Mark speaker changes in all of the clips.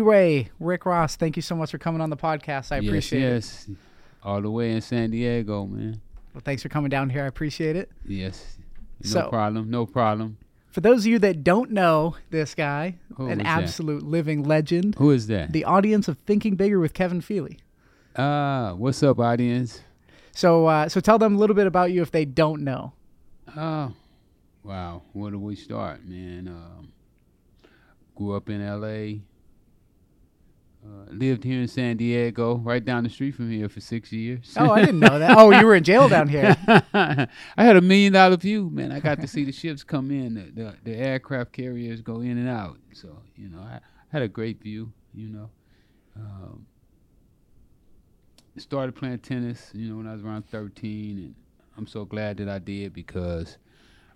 Speaker 1: Freeway, Rick Ross, thank you so much for coming on the podcast. I
Speaker 2: yes,
Speaker 1: appreciate it.
Speaker 2: yes. All the way in San Diego, man.
Speaker 1: Well, thanks for coming down here. I appreciate it.
Speaker 2: Yes. No
Speaker 1: So-
Speaker 2: problem. No problem.
Speaker 1: For those of you that don't know this guy,
Speaker 2: Who
Speaker 1: an
Speaker 2: is that?
Speaker 1: absolute living legend,
Speaker 2: Who is that?
Speaker 1: the audience of Thinking Bigger with Kevin Feely.
Speaker 2: uh, what's up, audience?
Speaker 1: So, uh, so tell them a little bit about you if they don't know.
Speaker 2: Oh, wow. Where do we start, man? Um, grew up in L.A. Uh, lived here in San Diego, right down the street from here for six years.
Speaker 1: Oh, I didn't know that. Oh, you were in jail down here.
Speaker 2: I had a million dollar view, man. I got to see the ships come in, the, the, the aircraft carriers go in and out. So you know, I had a great view. You know, um, started playing tennis. You know, when I was around thirteen, and I'm so glad that I did because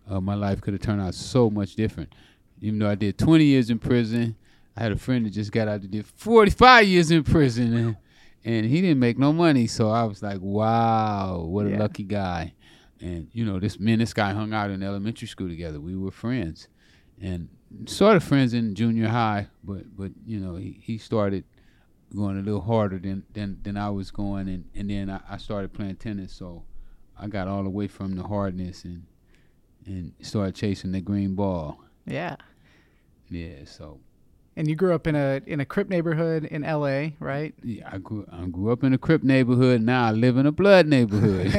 Speaker 2: uh, my life could have turned out so much different. Even though I did 20 years in prison, I had a friend that just got out that did 45 years in prison, and, and he didn't make no money. So I was like, wow, what a
Speaker 1: Yeah.
Speaker 2: lucky guy. And you know, this me and this guy hung out in elementary school together. We were friends, and sort of friends in junior high. But but you know, he, he started going a little harder than than, than I was going, and and then I, I started playing tennis. So I got all the way from the hardness and and started chasing the green ball.
Speaker 1: Yeah.
Speaker 2: Yeah, so
Speaker 1: And you grew up in a in a crip neighborhood in L.A., right?
Speaker 2: yeah, I grew I grew up in a crip neighborhood. Now I live in a blood neighborhood.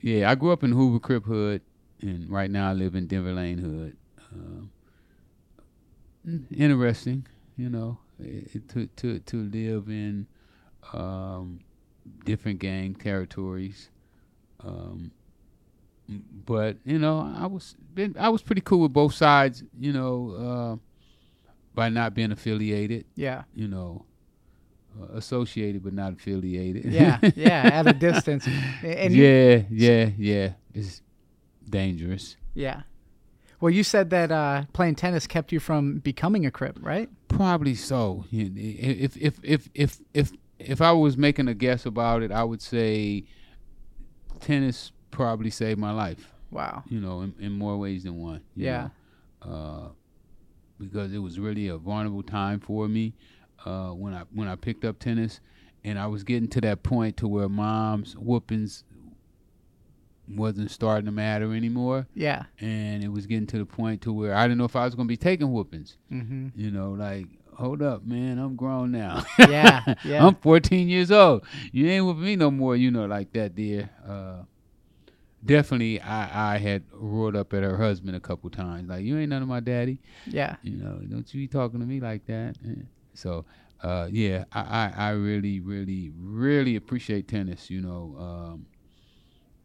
Speaker 2: yeah, I grew up in Hoover Crip Hood, and right now I live in Denver Lane Hood. Um, interesting, you know, it, it- to to to live in um, different gang territories. Um, but you know, I was been, I was pretty cool with both sides, you know, uh, by not being affiliated
Speaker 1: Yeah.
Speaker 2: you know, uh, associated but not affiliated.
Speaker 1: Yeah. Yeah. At a distance. A- And you-
Speaker 2: yeah, yeah, yeah. It's dangerous.
Speaker 1: yeah. Well, you said that uh, playing tennis kept you from becoming a crip, right?
Speaker 2: Probably so. You know, If if if if if if I was making a guess about it, I would say tennis probably saved my life.
Speaker 1: Wow.
Speaker 2: You know, in, in more ways than one. you
Speaker 1: Yeah.
Speaker 2: know. Uh, because it was really a vulnerable time for me uh, when I when I picked up tennis, and I was getting to that point to where mom's whoopings wasn't starting to matter anymore,
Speaker 1: Yeah.
Speaker 2: and it was getting to the point to where I didn't know if I was going to be taking whoopings.
Speaker 1: Mm-hmm.
Speaker 2: You know, like hold up, man, I'm grown now.
Speaker 1: Yeah. Yeah.
Speaker 2: I'm 14 years old. You ain't with me no more. You know, like that, dear. Uh, definitely, I I had roared up at her husband a couple times. Like you ain't none of my daddy
Speaker 1: yeah.
Speaker 2: you know, don't you be talking to me like that. Eh. So, uh, yeah, I, I, I really, really, really appreciate tennis, you know. Um,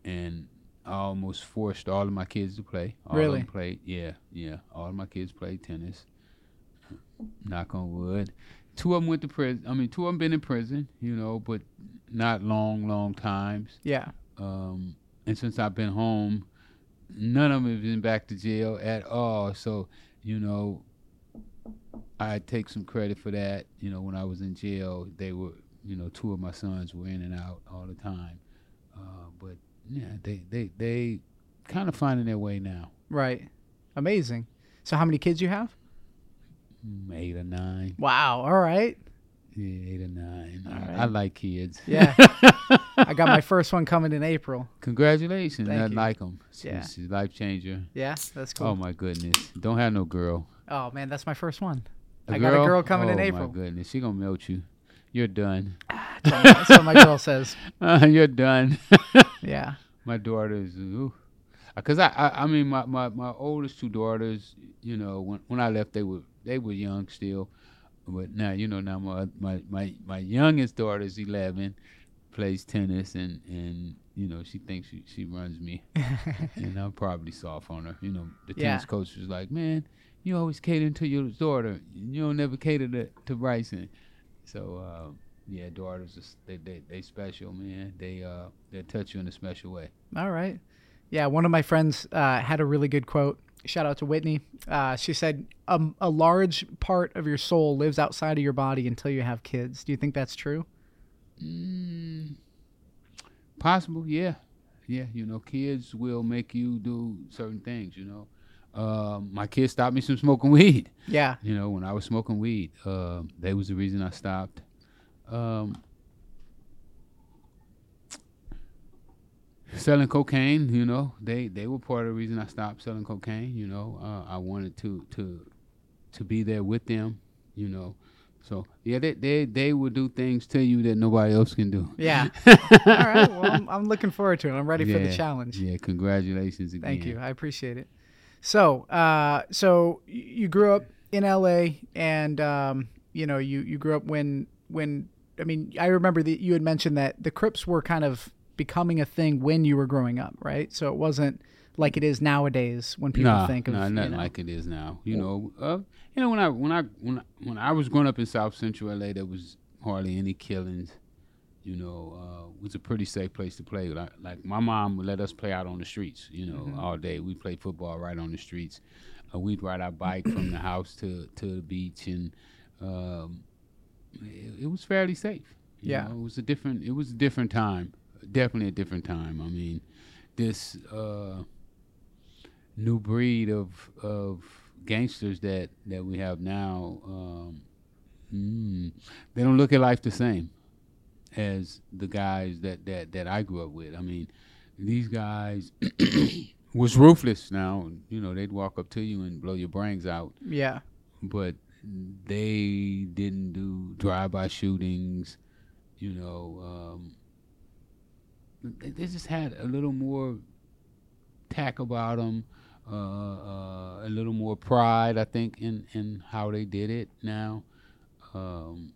Speaker 2: and I almost forced all of my kids to play. All
Speaker 1: Really?
Speaker 2: Of them played. Yeah, yeah. All of my kids played tennis. Knock on wood. Two of them went to prison. I mean, two of them been in prison, you know, but not long, long times
Speaker 1: Yeah.
Speaker 2: um, and since I've been home, none of them have been back to jail at all. So, you know, I take some credit for that. You know, when I was in jail, they were, you know, two of my sons were in and out all the time. Uh, but yeah, they they they kind of finding their way now.
Speaker 1: Right. Amazing. So, how many kids you have?
Speaker 2: Mm, Eight or nine,
Speaker 1: Wow. All right.
Speaker 2: yeah, eight or nine. I,
Speaker 1: All
Speaker 2: I
Speaker 1: right.
Speaker 2: like kids.
Speaker 1: Yeah. I got my first one coming in April.
Speaker 2: Congratulations.
Speaker 1: Thank
Speaker 2: I
Speaker 1: you.
Speaker 2: like them.
Speaker 1: Yeah.
Speaker 2: She's a life changer.
Speaker 1: Yeah. That's
Speaker 2: Oh
Speaker 1: cool.
Speaker 2: my goodness. Don't have no girl.
Speaker 1: Oh, man, that's my first one.
Speaker 2: I
Speaker 1: I got a girl coming in
Speaker 2: Oh
Speaker 1: April.
Speaker 2: my goodness, she gonna melt you. You're done.
Speaker 1: That's what my girl says.
Speaker 2: Uh, you're done.
Speaker 1: Yeah.
Speaker 2: my daughters, ooh. Uh, cause I, I, I mean, my, my, my oldest two daughters, you know, when when I left, they were they were young still, but now you know now my my my, my youngest daughter is 11, plays tennis and and you know she thinks she, she runs me, and I'm probably soft on her. You know, the
Speaker 1: Yeah.
Speaker 2: tennis coach was like, man, you always cater to your daughter, you don't never cater to to Bryson, so. Uh, yeah, daughters, is- they, they they special, man. They uh they touch you in a special way.
Speaker 1: All right. Yeah. One of my friends uh, had a really good quote. Shout out to Whitney. Uh, she said, um, A large part of your soul lives outside of your body until you have kids. Do you think that's true?
Speaker 2: Mm, possible, yeah, yeah. You know, kids will make you do certain things. You know, uh, my kids stopped me from smoking weed.
Speaker 1: Yeah.
Speaker 2: You know, when I was smoking weed, uh, that was the reason I stopped. Um, selling cocaine, you know, they they were part of the reason I stopped selling cocaine. You know, uh, I wanted to to to be there with them. You know, so yeah, they they they will do things to you that nobody else can do.
Speaker 1: Yeah. All right. Well, I'm, I'm looking forward to it. I'm ready for the
Speaker 2: Yeah.
Speaker 1: challenge.
Speaker 2: Yeah, congratulations again.
Speaker 1: Thank you. I appreciate it. So, uh, so y- you grew up in LA, and um, you know, you you grew up when when I mean, I remember that you had mentioned that the Crips were kind of becoming a thing when you were growing up, right? So it wasn't like it is nowadays when people
Speaker 2: nah,
Speaker 1: think of
Speaker 2: nah,
Speaker 1: you
Speaker 2: nothing
Speaker 1: know.
Speaker 2: like it is now. You know, uh, you know when I when I when I, when I was growing up in South Central LA, there was hardly any killings. You know, uh, it was a pretty safe place to play. Like, like my mom would let us play out on the streets. You know,
Speaker 1: Mm-hmm.
Speaker 2: all day we played football right on the streets. Uh, we'd ride our bike from the house to to the beach, and um, it, it was fairly safe. you
Speaker 1: Yeah.
Speaker 2: know. it was a different. It was a different time. Definitely a different time. I mean, this. Uh, new breed of of gangsters that that we have now um mm, they don't look at life the same as the guys that that that I grew up with I mean these guys was ruthless now you know they'd walk up to you and blow your brains out
Speaker 1: yeah,
Speaker 2: but they didn't do drive-by shootings. You know, um, they, they just had a little more tack about them, uh, uh, a little more pride, I think, in in how they did it. Now, um,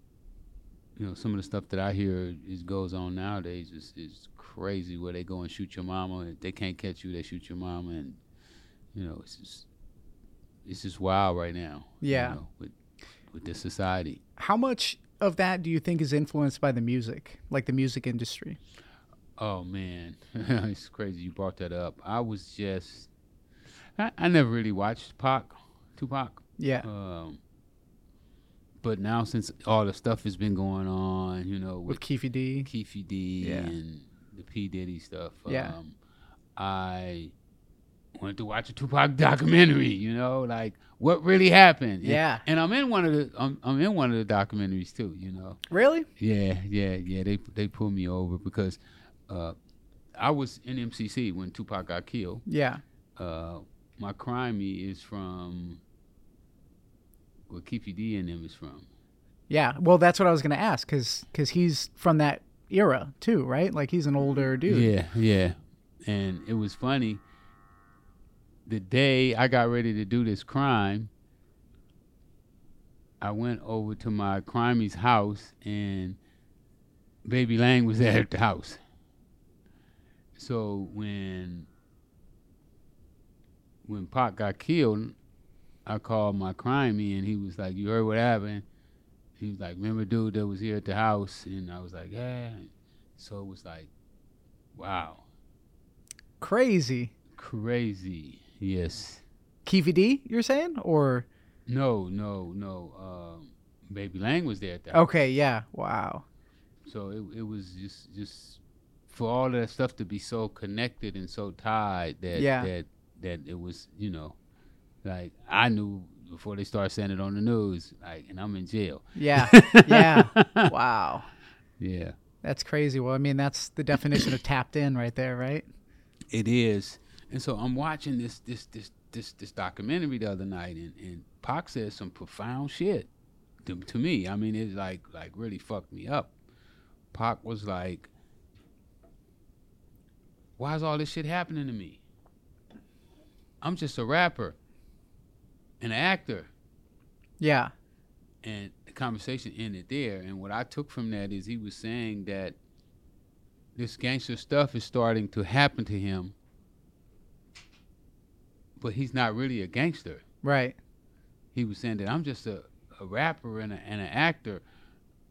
Speaker 2: you know, some of the stuff that I hear is goes on nowadays is is crazy. Where they go and shoot your mama, if they can't catch you, they shoot your mama, and you know, it's just it's just wild right now. you
Speaker 1: Yeah.
Speaker 2: know, with with this society.
Speaker 1: how much of that do you think is influenced by the music, like the music industry?
Speaker 2: Oh man, it's crazy you brought that up. I was just I, I never really watched Pac, Tupac.
Speaker 1: Yeah,
Speaker 2: Um, but now since all the stuff has been going on, you know,
Speaker 1: with
Speaker 2: with
Speaker 1: Keefy D.
Speaker 2: Keefy D
Speaker 1: Yeah.
Speaker 2: and the P Diddy stuff,
Speaker 1: Yeah.
Speaker 2: um, I wanted to watch a Tupac documentary. You know, like what really happened. And-
Speaker 1: Yeah.
Speaker 2: and I'm in one of the I'm, I'm in one of the documentaries too. You know,
Speaker 1: Really?
Speaker 2: yeah, yeah, yeah. They they pulled me over because uh, I was in MCC when Tupac got killed.
Speaker 1: Yeah,
Speaker 2: Uh, my crimey is from where Keefy D and them is from.
Speaker 1: yeah. Well, that's what I was gonna ask because he's from that era too, right? Like he's an older dude.
Speaker 2: Yeah, yeah. And it was funny. The day I got ready to do this crime, I went over to my crimey's house and Baby Lang was at the house. So when when Pac got killed, I called my crimey and he was like, You heard what happened? He was like, Remember dude that was here at the house? And I was like, Yeah. So it was like Wow.
Speaker 1: Crazy.
Speaker 2: Crazy. Yes.
Speaker 1: Keefy D, you're saying? Or
Speaker 2: No, no, no. Um, Baby Lang was there at that.
Speaker 1: okay, yeah. Wow.
Speaker 2: So it, it was just just for all that stuff to be so connected and so tied that
Speaker 1: Yeah.
Speaker 2: that that it was, you know, like I knew before they started saying it on the news, like and I'm in jail.
Speaker 1: Yeah. Yeah. wow.
Speaker 2: Yeah.
Speaker 1: That's crazy. Well, I mean, that's the definition of tapped in right there, right?
Speaker 2: It is. And so I'm watching this this this this this documentary the other night and, and Pac says some profound shit to, to me. I mean it's like like really fucked me up. Pac was like Why is all this shit happening to me? I'm just a rapper, an actor
Speaker 1: Yeah.
Speaker 2: and the conversation ended there. And what I took from that is he was saying that this gangster stuff is starting to happen to him, but he's not really a gangster.
Speaker 1: Right.
Speaker 2: He was saying that I'm just a, a rapper and, a, and an actor,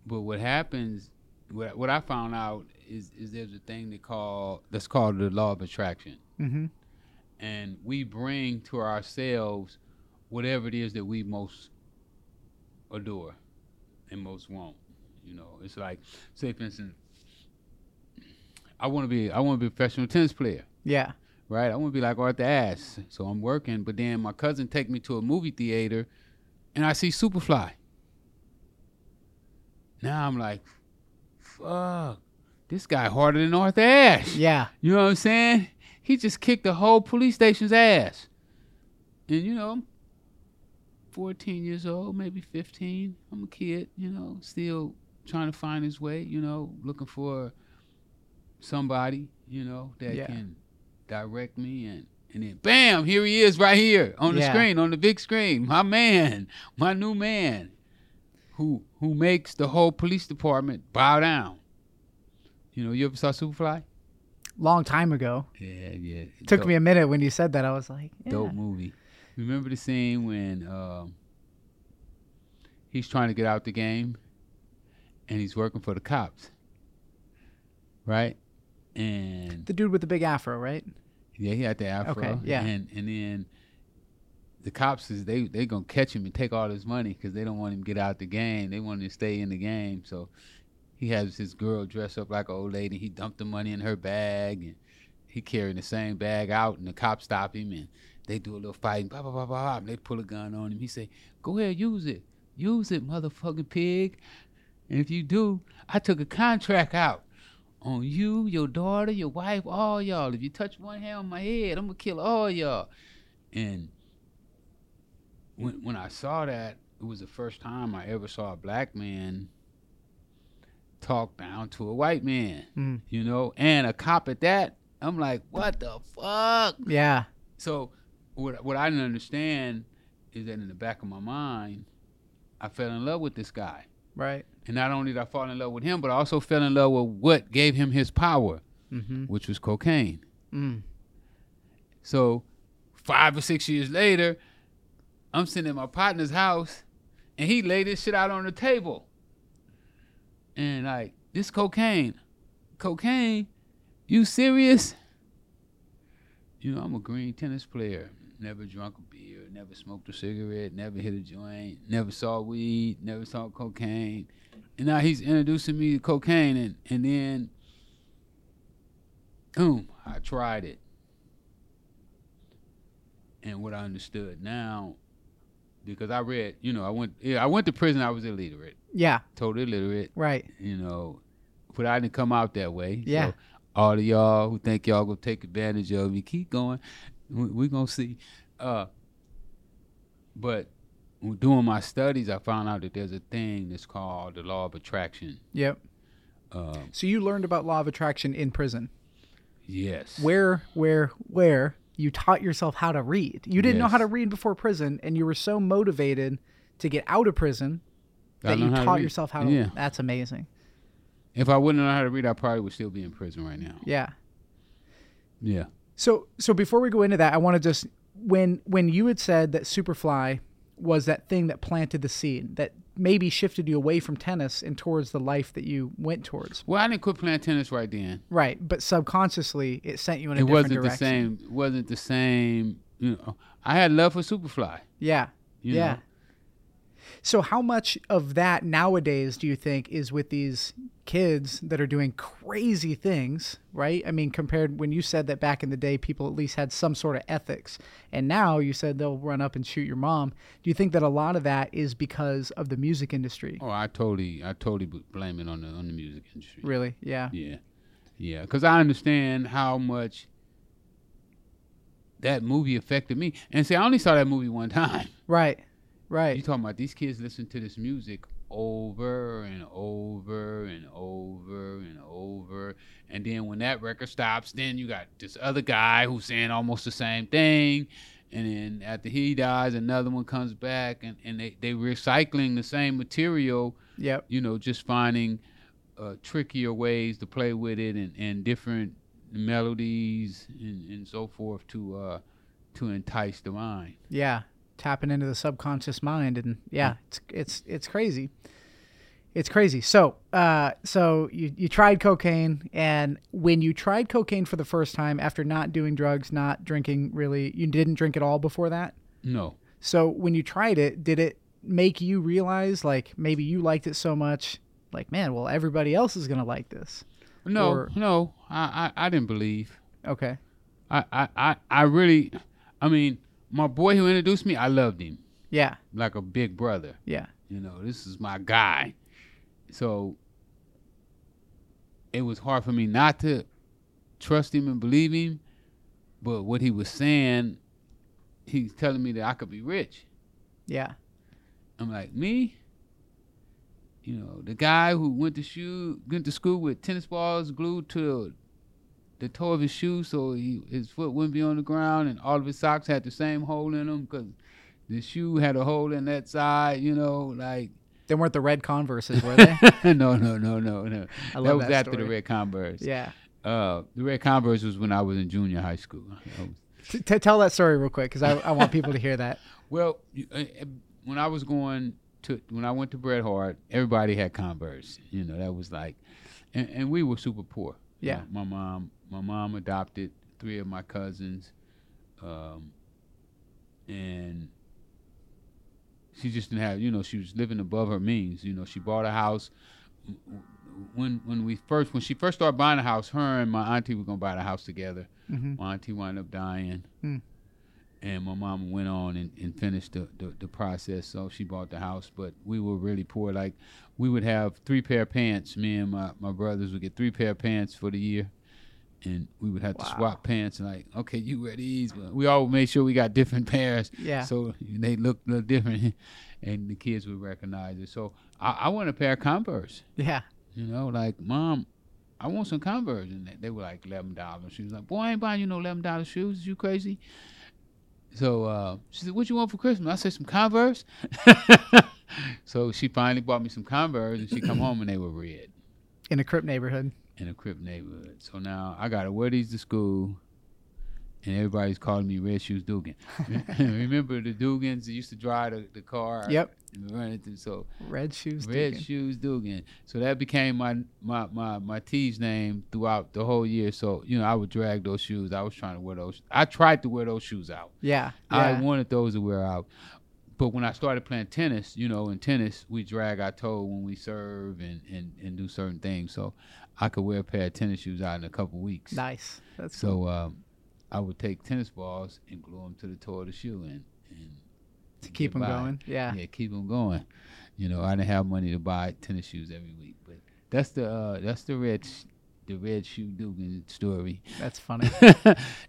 Speaker 2: but what happens, what, what I found out is, is there's a thing they call that's called the law of attraction,
Speaker 1: Mm-hmm.
Speaker 2: and we bring to ourselves whatever it is that we most adore and most want. You know, it's like, say for instance, I want to be I want to be a professional tennis player,
Speaker 1: Yeah.
Speaker 2: right? I want to be like Arthur Ashe. So I'm working, but then my cousin take me to a movie theater, and I see Superfly. Now I'm like, fuck, this guy harder than Arthur Ashe.
Speaker 1: Yeah.
Speaker 2: You know what I'm saying? He just kicked the whole police station's ass. And you know, I'm 14 years old, maybe 15. I'm a kid, you know, still trying to find his way, you know, looking for somebody, you know, that
Speaker 1: Yeah.
Speaker 2: can direct me and and then bam, here he is right here on the
Speaker 1: Yeah.
Speaker 2: screen, on the big screen. My man, my new man who who makes the whole police department bow down. You know, you ever saw Superfly?
Speaker 1: Long time ago.
Speaker 2: Yeah, yeah.
Speaker 1: Took
Speaker 2: Dope-
Speaker 1: me a minute when you said that. I was like, yeah.
Speaker 2: dope movie. Remember the scene when um, he's trying to get out the game, and he's working for the cops, right? And
Speaker 1: The dude with the big afro, right?
Speaker 2: yeah, he had the afro.
Speaker 1: Okay, yeah.
Speaker 2: And and then the cops is they they gonna catch him and take all his money because they don't want him to get out the game. They want him to stay in the game. So he has his girl dressed up like an old lady. He dumped the money in her bag and he carrying the same bag out. And the cops stop him and they do a little fight. Blah blah blah blah. blah and they pull a gun on him. He say, "Go ahead, use it, use it, motherfucking pig. And if you do, I took a contract out." on you, your daughter, your wife, all y'all. If you touch one hair on my head, I'm gonna kill all y'all. And when when I saw that, it was the first time I ever saw a black man talk down to a white man,
Speaker 1: Mm.
Speaker 2: you know, and a cop at that. I'm like, what the fuck?
Speaker 1: Yeah.
Speaker 2: So what what I didn't understand is that in the back of my mind, I fell in love with this guy.
Speaker 1: Right.
Speaker 2: And not only did I fall in love with him, but I also fell in love with what gave him his power,
Speaker 1: Mm-hmm.
Speaker 2: which was cocaine.
Speaker 1: Mm.
Speaker 2: So five or six years later, I'm sitting at my partner's house and he laid this shit out on the table. And like, this cocaine, cocaine, you serious? You know, I'm a green tennis player. Never drunk a beer, never smoked a cigarette, never hit a joint, never saw weed, never saw cocaine. And now he's introducing me to cocaine and, and then boom, I tried it. And what I understood now, because I read, you know, I went yeah, I went to prison, I was illiterate.
Speaker 1: Yeah.
Speaker 2: Totally illiterate
Speaker 1: Right.
Speaker 2: you know, but I didn't come out that way.
Speaker 1: Yeah.
Speaker 2: So all of y'all who think y'all gonna take advantage of me, keep going. We, we gonna see. Uh, but doing my studies, I found out that there's a thing that's called the law of attraction.
Speaker 1: Yep.
Speaker 2: Uh,
Speaker 1: So you learned about law of attraction in prison.
Speaker 2: yes.
Speaker 1: Where, where, where you taught yourself how to read. You didn't know
Speaker 2: Yes.
Speaker 1: how to read before prison, and you were so motivated to get out of prison
Speaker 2: I
Speaker 1: that you
Speaker 2: learned how to
Speaker 1: taught
Speaker 2: read.
Speaker 1: yourself how to.
Speaker 2: Yeah.
Speaker 1: That's amazing.
Speaker 2: If I wouldn't know how to read, I probably would still be in prison right now.
Speaker 1: Yeah.
Speaker 2: Yeah.
Speaker 1: So so before we go into that, I want to just when when you had said that Superfly was that thing that planted the seed that maybe shifted you away from tennis and towards the life that you went towards.
Speaker 2: Well, I didn't quit playing tennis right then.
Speaker 1: Right, but subconsciously it sent you in a
Speaker 2: It
Speaker 1: different
Speaker 2: wasn't
Speaker 1: direction.
Speaker 2: the same. It wasn't the same. You know, I had love for Superfly.
Speaker 1: Yeah.
Speaker 2: You
Speaker 1: yeah.
Speaker 2: know?
Speaker 1: So how much of that nowadays do you think is with these kids that are doing crazy things, right? I mean, compared when you said that back in the day people at least had some sort of ethics and now you said they'll run up and shoot your mom. Do you think that a lot of that is because of the music industry?
Speaker 2: Oh, I totally, I totally b- blame it on the on the music industry.
Speaker 1: Really? Yeah.
Speaker 2: Yeah, yeah, because I understand how much that movie affected me. And see, I only saw that movie one time.
Speaker 1: Right.
Speaker 2: You
Speaker 1: Right.
Speaker 2: talking about these kids listen to this music over and over and over and over, and then when that record stops, then you got this other guy who's saying almost the same thing. And then after he dies, another one comes back, and, and they, they recycling the same material
Speaker 1: Yep.
Speaker 2: you know, just finding uh, trickier ways to play with it and, and different melodies and, and so forth to uh, to entice the mind.
Speaker 1: Yeah. Tapping into the subconscious mind and yeah, it's it's it's crazy. It's crazy. So, uh, so you, you tried cocaine, and when you tried cocaine for the first time after not doing drugs, not drinking really, you didn't drink at all before that.
Speaker 2: No,
Speaker 1: So, when you tried it, did it make you realize like maybe you liked it so much, like man, well everybody else is gonna like this?
Speaker 2: no,
Speaker 1: Or-
Speaker 2: no. I, I I didn't believe.
Speaker 1: Okay,
Speaker 2: I, I, I, I really, I mean, my boy who introduced me, I loved him
Speaker 1: Yeah.
Speaker 2: like a big brother.
Speaker 1: Yeah.
Speaker 2: You know, this is my guy. So it was hard for me not to trust him and believe him. But what he was saying, he's telling me that I could be rich.
Speaker 1: Yeah.
Speaker 2: I'm like, me? You know, the guy who went to shoe went to school with tennis balls glued to the toe of his shoe so he, his foot wouldn't be on the ground and all of his socks had the same hole in them because the shoe had a hole in that side, you know, like
Speaker 1: They weren't the red Converses, were they?
Speaker 2: no, no, no, no, no.
Speaker 1: I love
Speaker 2: that was
Speaker 1: that
Speaker 2: after the
Speaker 1: story.
Speaker 2: Red Converse.
Speaker 1: yeah.
Speaker 2: Uh, the Red Converse was when I was in junior high school. I was-
Speaker 1: T- t- tell that story real quick because I, I want people to hear that.
Speaker 2: Well, you- uh, uh, when I was going to when I went to Bret Hart, everybody had Converse. You know, that was like, and, and we were super poor. You
Speaker 1: Yeah.
Speaker 2: know, my mom, my mom adopted three of my cousins, um, and she just didn't have. You know, she was living above her means. You know, she bought a house. When when we first when she first started buying a house, her and my auntie were gonna buy the house together.
Speaker 1: hmm
Speaker 2: My auntie wound up dying.
Speaker 1: Hmm.
Speaker 2: And my mom went on and, and finished the, the, the process. So she bought the house, but we were really poor. Like, we would have three pair of pants. Me and my, my brothers would get three pair of pants for the year. And we would have to
Speaker 1: Wow.
Speaker 2: swap pants. Like, okay, you wear these. But we all made sure we got different pairs.
Speaker 1: Yeah.
Speaker 2: So they looked a little different. And the kids would recognize it. So I, I want a pair of Converse.
Speaker 1: yeah.
Speaker 2: You know, like, mom, I want some Converse. And they- they were like $11. She was like, boy, I ain't buying you no $11 shoes. You crazy? So uh, she said, what you want for Christmas? I said, some Converse. so she finally bought me some Converse and she come home and they were red
Speaker 1: In a crip neighborhood.
Speaker 2: in a crip neighborhood. So now I got to wear these to school. And everybody's calling me Red Shoes Dugan. Remember the Dugans that used to drive the, the car?
Speaker 1: Yep.
Speaker 2: And run it through. So
Speaker 1: Red shoes.
Speaker 2: Red
Speaker 1: Dugan.
Speaker 2: Shoes Dugan. So that became my my my my tease name throughout the whole year. So you know, I would drag those shoes. I was trying to wear those. I tried to wear those shoes out.
Speaker 1: yeah.
Speaker 2: I
Speaker 1: Yeah.
Speaker 2: wanted those to wear out. But when I started playing tennis, you know, in tennis we drag our toe when we serve and and and do certain things. So I could wear a pair of tennis shoes out in a couple weeks.
Speaker 1: nice. That's cool.
Speaker 2: So um, I would take tennis balls and glue them to the toe of the shoe and. and
Speaker 1: to keep
Speaker 2: get
Speaker 1: them
Speaker 2: by
Speaker 1: going. Yeah.
Speaker 2: yeah, keep them going. You know, I didn't have money to buy tennis shoes every week, but that's the uh, that's the red sh- the red shoe Dugan story,
Speaker 1: That's funny.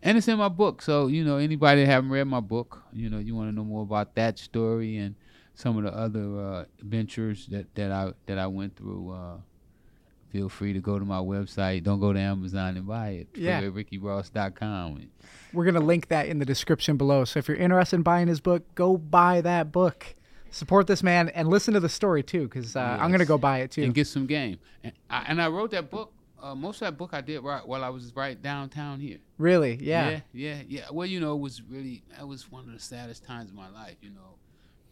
Speaker 2: and it's in my book. So you know, anybody that haven't read my book, you know, you want to know more about that story and some of the other uh, ventures that that I that I went through. Uh, Feel free to go to my website. Don't go to Amazon and buy it.
Speaker 1: Yeah.
Speaker 2: Go to rickyross.com.
Speaker 1: We're gonna link that in the description below. So if you're interested in buying his book, go buy that book. Support this man and listen to the story too, because uh, I'm gonna
Speaker 2: Yes.
Speaker 1: go buy it too.
Speaker 2: and get some game. And I, and I wrote that book. Uh, most of that book I did right while I was right downtown here.
Speaker 1: really? Yeah.
Speaker 2: yeah, yeah, yeah. Well, you know, it was really that was one of the saddest times of my life. You know,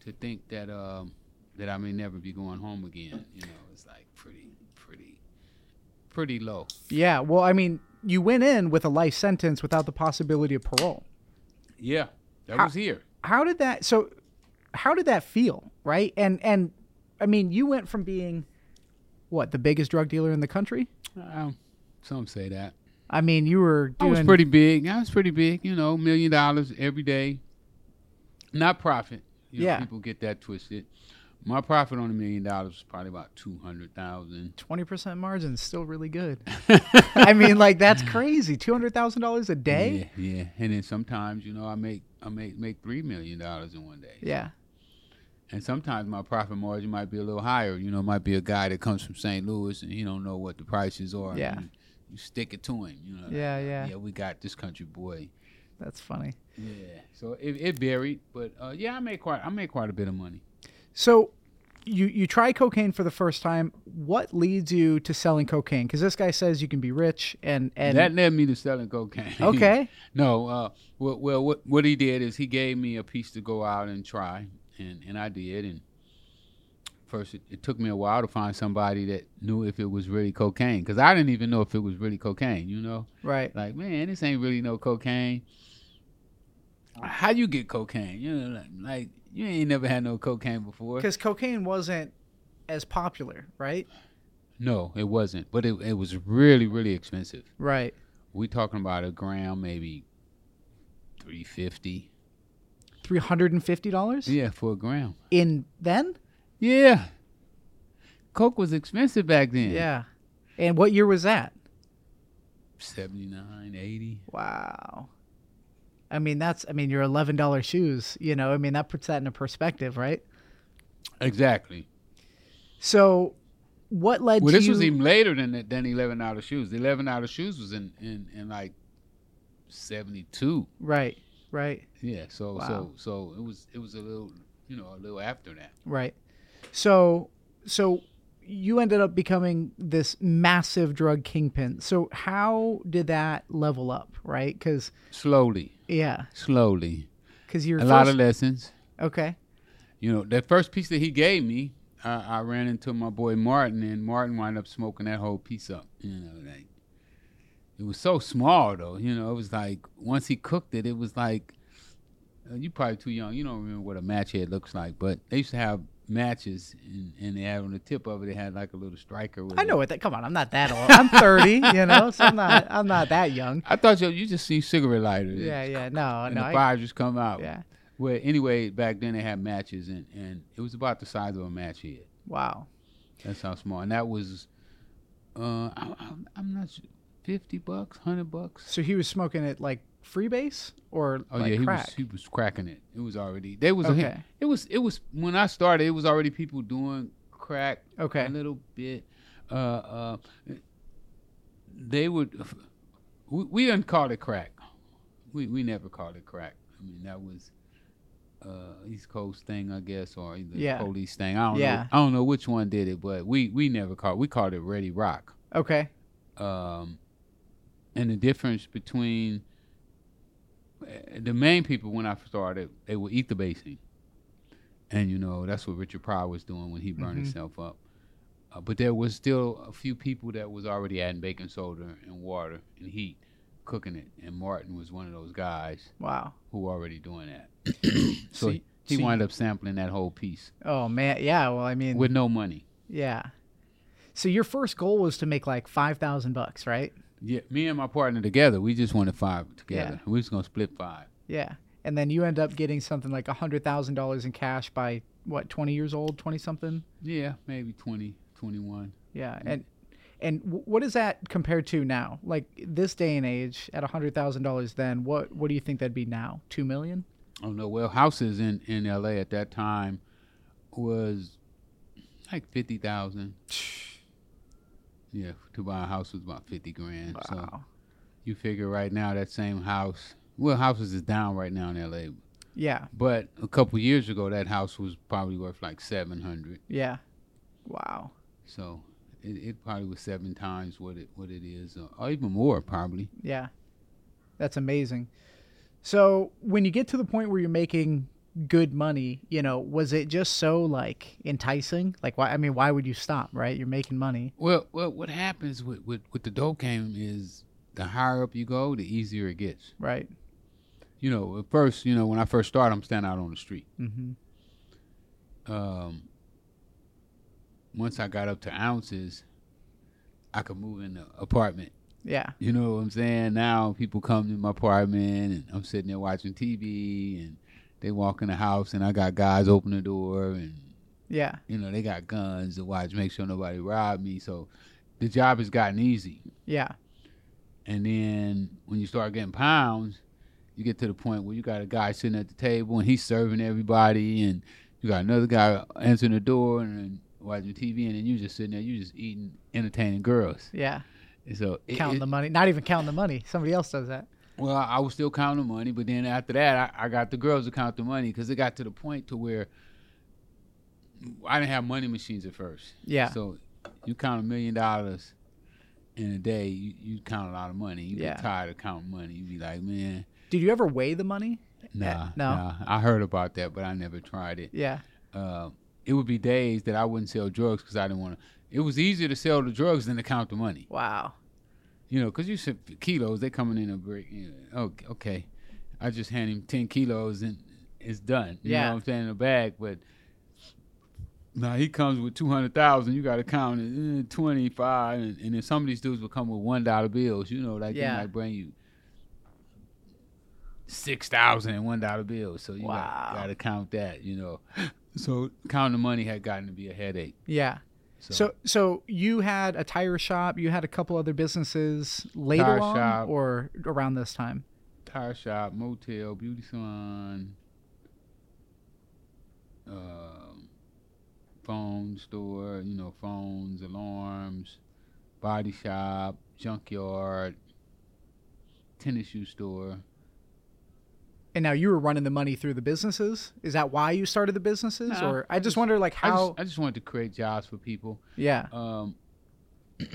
Speaker 2: to think that um that I may never be going home again. You know, it's like pretty, pretty, pretty low.
Speaker 1: Yeah. Well, I mean, you went in with a life sentence without the possibility of parole.
Speaker 2: Yeah, that
Speaker 1: How-
Speaker 2: was here.
Speaker 1: how did that so how did that feel right and and i mean you went from being what the biggest drug dealer in the country
Speaker 2: Um, some say that
Speaker 1: i mean you were
Speaker 2: I
Speaker 1: doing
Speaker 2: was pretty big. I was pretty big. You know, million dollars every day. Not profit. You know,
Speaker 1: Yeah.
Speaker 2: people get that twisted. My profit on a million dollars was probably about two hundred thousand.
Speaker 1: 20% margin still really good i mean like that's crazy $200000 a day
Speaker 2: Yeah, yeah. And then sometimes, you know, I make I make make three million dollars in one day.
Speaker 1: yeah
Speaker 2: And sometimes my profit margin might be a little higher. You know, it might be a guy that comes from St. Louis and he don't know what the prices are.
Speaker 1: Yeah.
Speaker 2: You, you stick it to him. You know.
Speaker 1: Yeah, yeah.
Speaker 2: Yeah, we got this country boy.
Speaker 1: that's funny
Speaker 2: Yeah. So it, it varied, but uh, yeah, I made quite I made quite a bit of money.
Speaker 1: so you you try cocaine for the first time what leads you to selling cocaine because this guy says you can be rich and and
Speaker 2: that led me to selling cocaine.
Speaker 1: okay
Speaker 2: No, uh, well, well what, what he did is he gave me a piece to go out and try, and, and I did. And first, it, it took me a while to find somebody that knew if it was really cocaine, because I didn't even know if it was really cocaine. You know,
Speaker 1: right
Speaker 2: like man, this ain't really no cocaine. How you get cocaine? You know, like, like you ain't never had no cocaine before.
Speaker 1: because cocaine wasn't as popular right
Speaker 2: No, it wasn't, but it it was really really expensive.
Speaker 1: right
Speaker 2: We talking about a gram, maybe three fifty.
Speaker 1: Three hundred and fifty dollars
Speaker 2: Yeah, for a gram.
Speaker 1: in then.
Speaker 2: Yeah. Coke was expensive back then.
Speaker 1: Yeah. And what year was that?
Speaker 2: 79, 80.
Speaker 1: Wow. I mean, that's I mean, your eleven dollar shoes. You know, I mean, that puts that into perspective, right?
Speaker 2: Exactly.
Speaker 1: So, what led
Speaker 2: Well,
Speaker 1: to
Speaker 2: this
Speaker 1: you?
Speaker 2: was even later than the- than eleven dollar shoes. The eleven dollar shoes was in in, in like seventy two.
Speaker 1: right, right,
Speaker 2: Yeah. So
Speaker 1: Wow.
Speaker 2: so so it was it was a little you know a little after that.
Speaker 1: right. So, so you ended up becoming this massive drug kingpin. So, how did that level up? Right? Because
Speaker 2: Slowly,
Speaker 1: yeah,
Speaker 2: slowly.
Speaker 1: because you're
Speaker 2: a lot of lessons.
Speaker 1: okay,
Speaker 2: You know, that first piece that he gave me, I, I ran into my boy Martin, and Martin wound up smoking that whole piece up. You know, like it was so small though. You know, it was like once he cooked it, it was like uh, you probably too young. You don't remember what a match head looks like, but they used to have matches, and, and they had on the tip of it, they had like a little striker. With
Speaker 1: I know
Speaker 2: It.
Speaker 1: what that. Come on, I'm not that old. I'm thirty, you know, so I'm not. I'm not that young.
Speaker 2: I thought you you just seen cigarette lighter.
Speaker 1: Yeah, yeah, no,
Speaker 2: And
Speaker 1: no,
Speaker 2: the
Speaker 1: I,
Speaker 2: fire just come out.
Speaker 1: yeah.
Speaker 2: Well, anyway, back then they had matches, and, and it was about the size of a match head.
Speaker 1: Wow.
Speaker 2: That's how small. And that was, uh, I, I'm, I'm not sure, 50 bucks, 100 bucks.
Speaker 1: So he was smoking it like freebase or
Speaker 2: Oh
Speaker 1: like
Speaker 2: yeah, he
Speaker 1: crack.
Speaker 2: was he was cracking it. It was already they was
Speaker 1: Okay.
Speaker 2: it was it was when I started. It was already people doing crack
Speaker 1: Okay.
Speaker 2: a little bit. Uh, uh, they would uh, we, we didn't call it crack. We we never called it crack. I mean that was uh, East Coast thing, I guess, or either
Speaker 1: Yeah.
Speaker 2: police thing. I don't
Speaker 1: Yeah.
Speaker 2: know. I don't know which one did it, but we we never called. We called it Ready Rock.
Speaker 1: Okay.
Speaker 2: um, and the difference between uh, the main people when I started, they would eat the basing, and you know that's what Richard Pryor was doing when he burned
Speaker 1: Mhm.
Speaker 2: himself up. Uh, but there was still a few people that was already adding baking soda and water and heat, cooking it, and Martin was one of those guys
Speaker 1: Wow.
Speaker 2: who were already doing that.
Speaker 1: So y-
Speaker 2: so he, he
Speaker 1: so you-
Speaker 2: wound up sampling that whole piece
Speaker 1: Oh man. Yeah. Well, I mean,
Speaker 2: with no money.
Speaker 1: yeah. So your first goal was to make like five thousand bucks, right?
Speaker 2: Yeah, me and my partner together, we just wanted five together. We was gonna split five.
Speaker 1: Yeah. And then you end up getting something like a hundred thousand dollars in cash by what twenty years old, twenty something.
Speaker 2: Yeah, maybe 20, 21.
Speaker 1: Yeah.
Speaker 2: Mm-hmm.
Speaker 1: And and wh- what is that compared to now? Like this day and age, at a hundred thousand dollars, then what what do you think that'd be now? Two million?
Speaker 2: I don't know. Well, houses in, in LA at that time was like 50,000. Yeah, to buy a house was about 50 grand. So
Speaker 1: Wow.
Speaker 2: you figure right now that same house, well, houses is down right now in LA.
Speaker 1: Yeah.
Speaker 2: But a couple years ago, that house was probably worth like 700.
Speaker 1: Yeah. Wow.
Speaker 2: So it, it probably was seven times what it what it is, or, or even more probably.
Speaker 1: Yeah. That's amazing. So, when you get to the point where you're making good money, you know, was it just so like enticing? Like why I mean, why would you stop, right? You're making money.
Speaker 2: Well, well, what happens with with, with the dope game is the higher up you go, the easier it gets.
Speaker 1: Right.
Speaker 2: you know, at first, you know, when I first started, I'm standing out on the street.
Speaker 1: Mhm.
Speaker 2: Um, once I got up to ounces, I could move in the apartment.
Speaker 1: Yeah.
Speaker 2: You know what I'm saying? Now people come to my apartment and I'm sitting there watching TV and they walk in the house and I got guys open the door and,
Speaker 1: Yeah.
Speaker 2: you know, they got guns to watch, make sure nobody rob me. So the job has gotten easy.
Speaker 1: Yeah.
Speaker 2: And then when you start getting pounds, you get to the point where you got a guy sitting at the table and he's serving everybody, and you got another guy answering the door and then watching TV, and then you just sitting there, you just eating, entertaining girls.
Speaker 1: Yeah.
Speaker 2: And so it,
Speaker 1: Counting
Speaker 2: it-
Speaker 1: the money. Not even counting the money. Somebody else does that.
Speaker 2: well, I was still counting money, but then after that, I, I got the girls to count the money because it got to the point to where I didn't have money machines at first.
Speaker 1: Yeah.
Speaker 2: So you count a million dollars in a day, you, you count a lot of money. You
Speaker 1: Yeah.
Speaker 2: get tired of counting money. You be like, man.
Speaker 1: Did you ever weigh the money?
Speaker 2: Nah,
Speaker 1: no?
Speaker 2: nah. I heard about that, but I never tried it.
Speaker 1: Yeah.
Speaker 2: Uh, it would be days that I wouldn't sell drugs because I didn't want to. It was easier to sell the drugs than to count the money,
Speaker 1: Wow.
Speaker 2: you know, because you said kilos, they coming in a break. You know, oh, okay, I just hand him ten kilos and it's done. You
Speaker 1: Yeah.
Speaker 2: know what I'm saying in a bag, but now he comes with two hundred thousand. You got to count it eh, twenty five, and, and then some of these dudes will come with one dollar bills. You know, like
Speaker 1: Yeah.
Speaker 2: they might bring you six thousand and one dollar bills. So you
Speaker 1: Wow.
Speaker 2: got, to count that, you know. So counting the money had gotten to be a headache.
Speaker 1: Yeah.
Speaker 2: So,
Speaker 1: So so you had a tire shop, you had a couple other businesses later
Speaker 2: Tire
Speaker 1: on
Speaker 2: shop.
Speaker 1: or around this time.
Speaker 2: tire shop, motel, beauty salon, um, phone store, you know, phones, alarms, body shop, junkyard, tennis shoe store.
Speaker 1: And now you were running the money through the businesses? Is that why you started the businesses
Speaker 2: Nah,
Speaker 1: or
Speaker 2: I
Speaker 1: I just
Speaker 2: just-
Speaker 1: wonder like
Speaker 2: I
Speaker 1: how
Speaker 2: just, I just wanted to create jobs for people.
Speaker 1: Yeah.
Speaker 2: Um,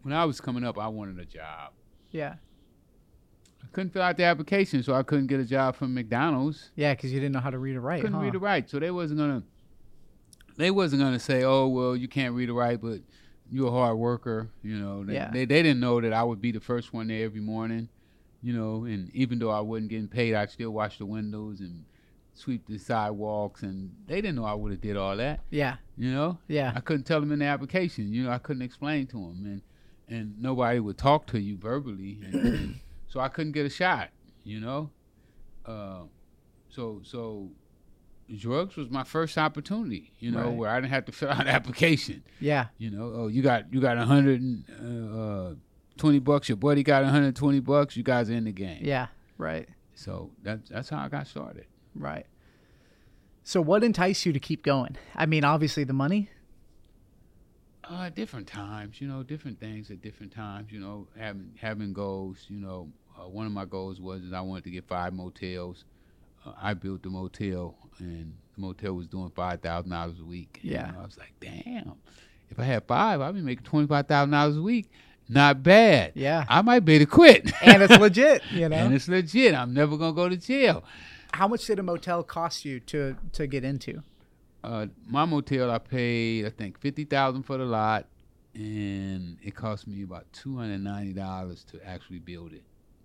Speaker 2: when I was coming up, I wanted a job.
Speaker 1: Yeah.
Speaker 2: I couldn't fill out the application, so I couldn't get a job from McDonald's.
Speaker 1: Yeah, cuz you didn't know how to read or write.
Speaker 2: couldn't
Speaker 1: huh?
Speaker 2: read or write, so they wasn't gonna. They wasn't gonna say, "Oh, well, you can't read or write, but you're a hard worker." You know, they,
Speaker 1: Yeah.
Speaker 2: they they didn't know that I would be the first one there every morning. You know, and even though I wasn't getting paid, I'd still wash the windows and sweep the sidewalks, and they didn't know I would have did all that.
Speaker 1: Yeah.
Speaker 2: You know,
Speaker 1: Yeah.
Speaker 2: I couldn't tell them in the application. You know, I couldn't explain to them, and and nobody would talk to you verbally, and, and so I couldn't get a shot. You know, uh, so so drugs was my first opportunity. You know,
Speaker 1: Right.
Speaker 2: where I didn't have to fill out an application.
Speaker 1: Yeah.
Speaker 2: You know, oh, you got you got a hundred and uh, uh, twenty bucks. Your buddy got a hundred twenty bucks. You guys are in the game.
Speaker 1: Yeah. Right.
Speaker 2: So that's that's how I got started.
Speaker 1: Right. So what enticed you to keep going? I mean, obviously the money.
Speaker 2: Uh, different times, you know, different things at different times, you know, having having goals, you know. Uh, one of my goals was is I wanted to get five motels. Uh, I built the motel, and the motel was doing five thousand dollars a week. You
Speaker 1: Yeah.
Speaker 2: know, I was like, damn, if I had five, I'd be making twenty five thousand dollars a week. Not bad.
Speaker 1: Yeah.
Speaker 2: I might be to quit.
Speaker 1: And it's legit, you know.
Speaker 2: and it's legit. I'm never gonna go to jail.
Speaker 1: How much did a motel cost you to to get into?
Speaker 2: uh, my motel, I paid I think fifty thousand for the lot, and it cost me about two hundred ninety dollars to actually build it.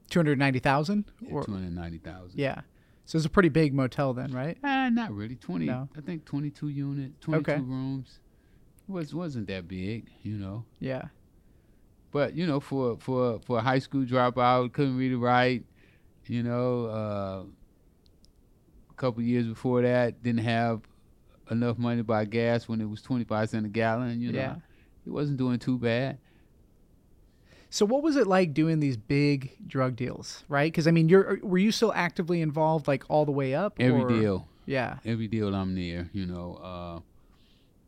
Speaker 1: Two hundred ninety thousand,
Speaker 2: Two
Speaker 1: or
Speaker 2: hundred ninety thousand.
Speaker 1: yeah. So it's a pretty big motel then, right?
Speaker 2: Ah, not really. Twenty.
Speaker 1: No.
Speaker 2: I think twenty-two unit, twenty-two
Speaker 1: Okay.
Speaker 2: rooms. It was wasn't that big, you know.
Speaker 1: Yeah,
Speaker 2: But you know, for for for a high school dropout, couldn't read or write, you know. Uh, a couple years before that, didn't have enough money to buy gas when it was twenty-five cent a gallon. You know,
Speaker 1: Yeah.
Speaker 2: it wasn't doing too bad.
Speaker 1: So what was it like doing these big drug deals, right? Because I mean, you're were you still actively involved like all the way up?
Speaker 2: Every
Speaker 1: or-
Speaker 2: deal,
Speaker 1: Yeah,
Speaker 2: every deal I'm near, you know, uh,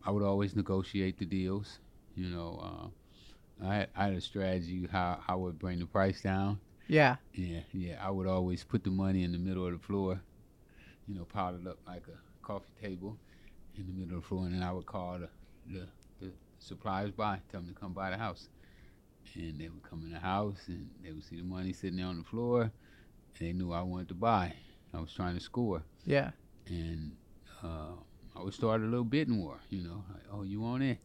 Speaker 2: I would always negotiate the deals. You know, uh, I, I had a strategy how I would bring the price down.
Speaker 1: yeah,
Speaker 2: Yeah, yeah, I would always put the money in the middle of the floor, you know, piled up like a coffee table in the middle of the floor, and then I would call the, the, the suppliers by, tell them to come by the house. And they would come in the house and they would see the money sitting there on the floor, and they knew I wanted to buy. I was trying to score
Speaker 1: yeah,
Speaker 2: and uh, I would start a little bidding war. You know, like, oh, you want it?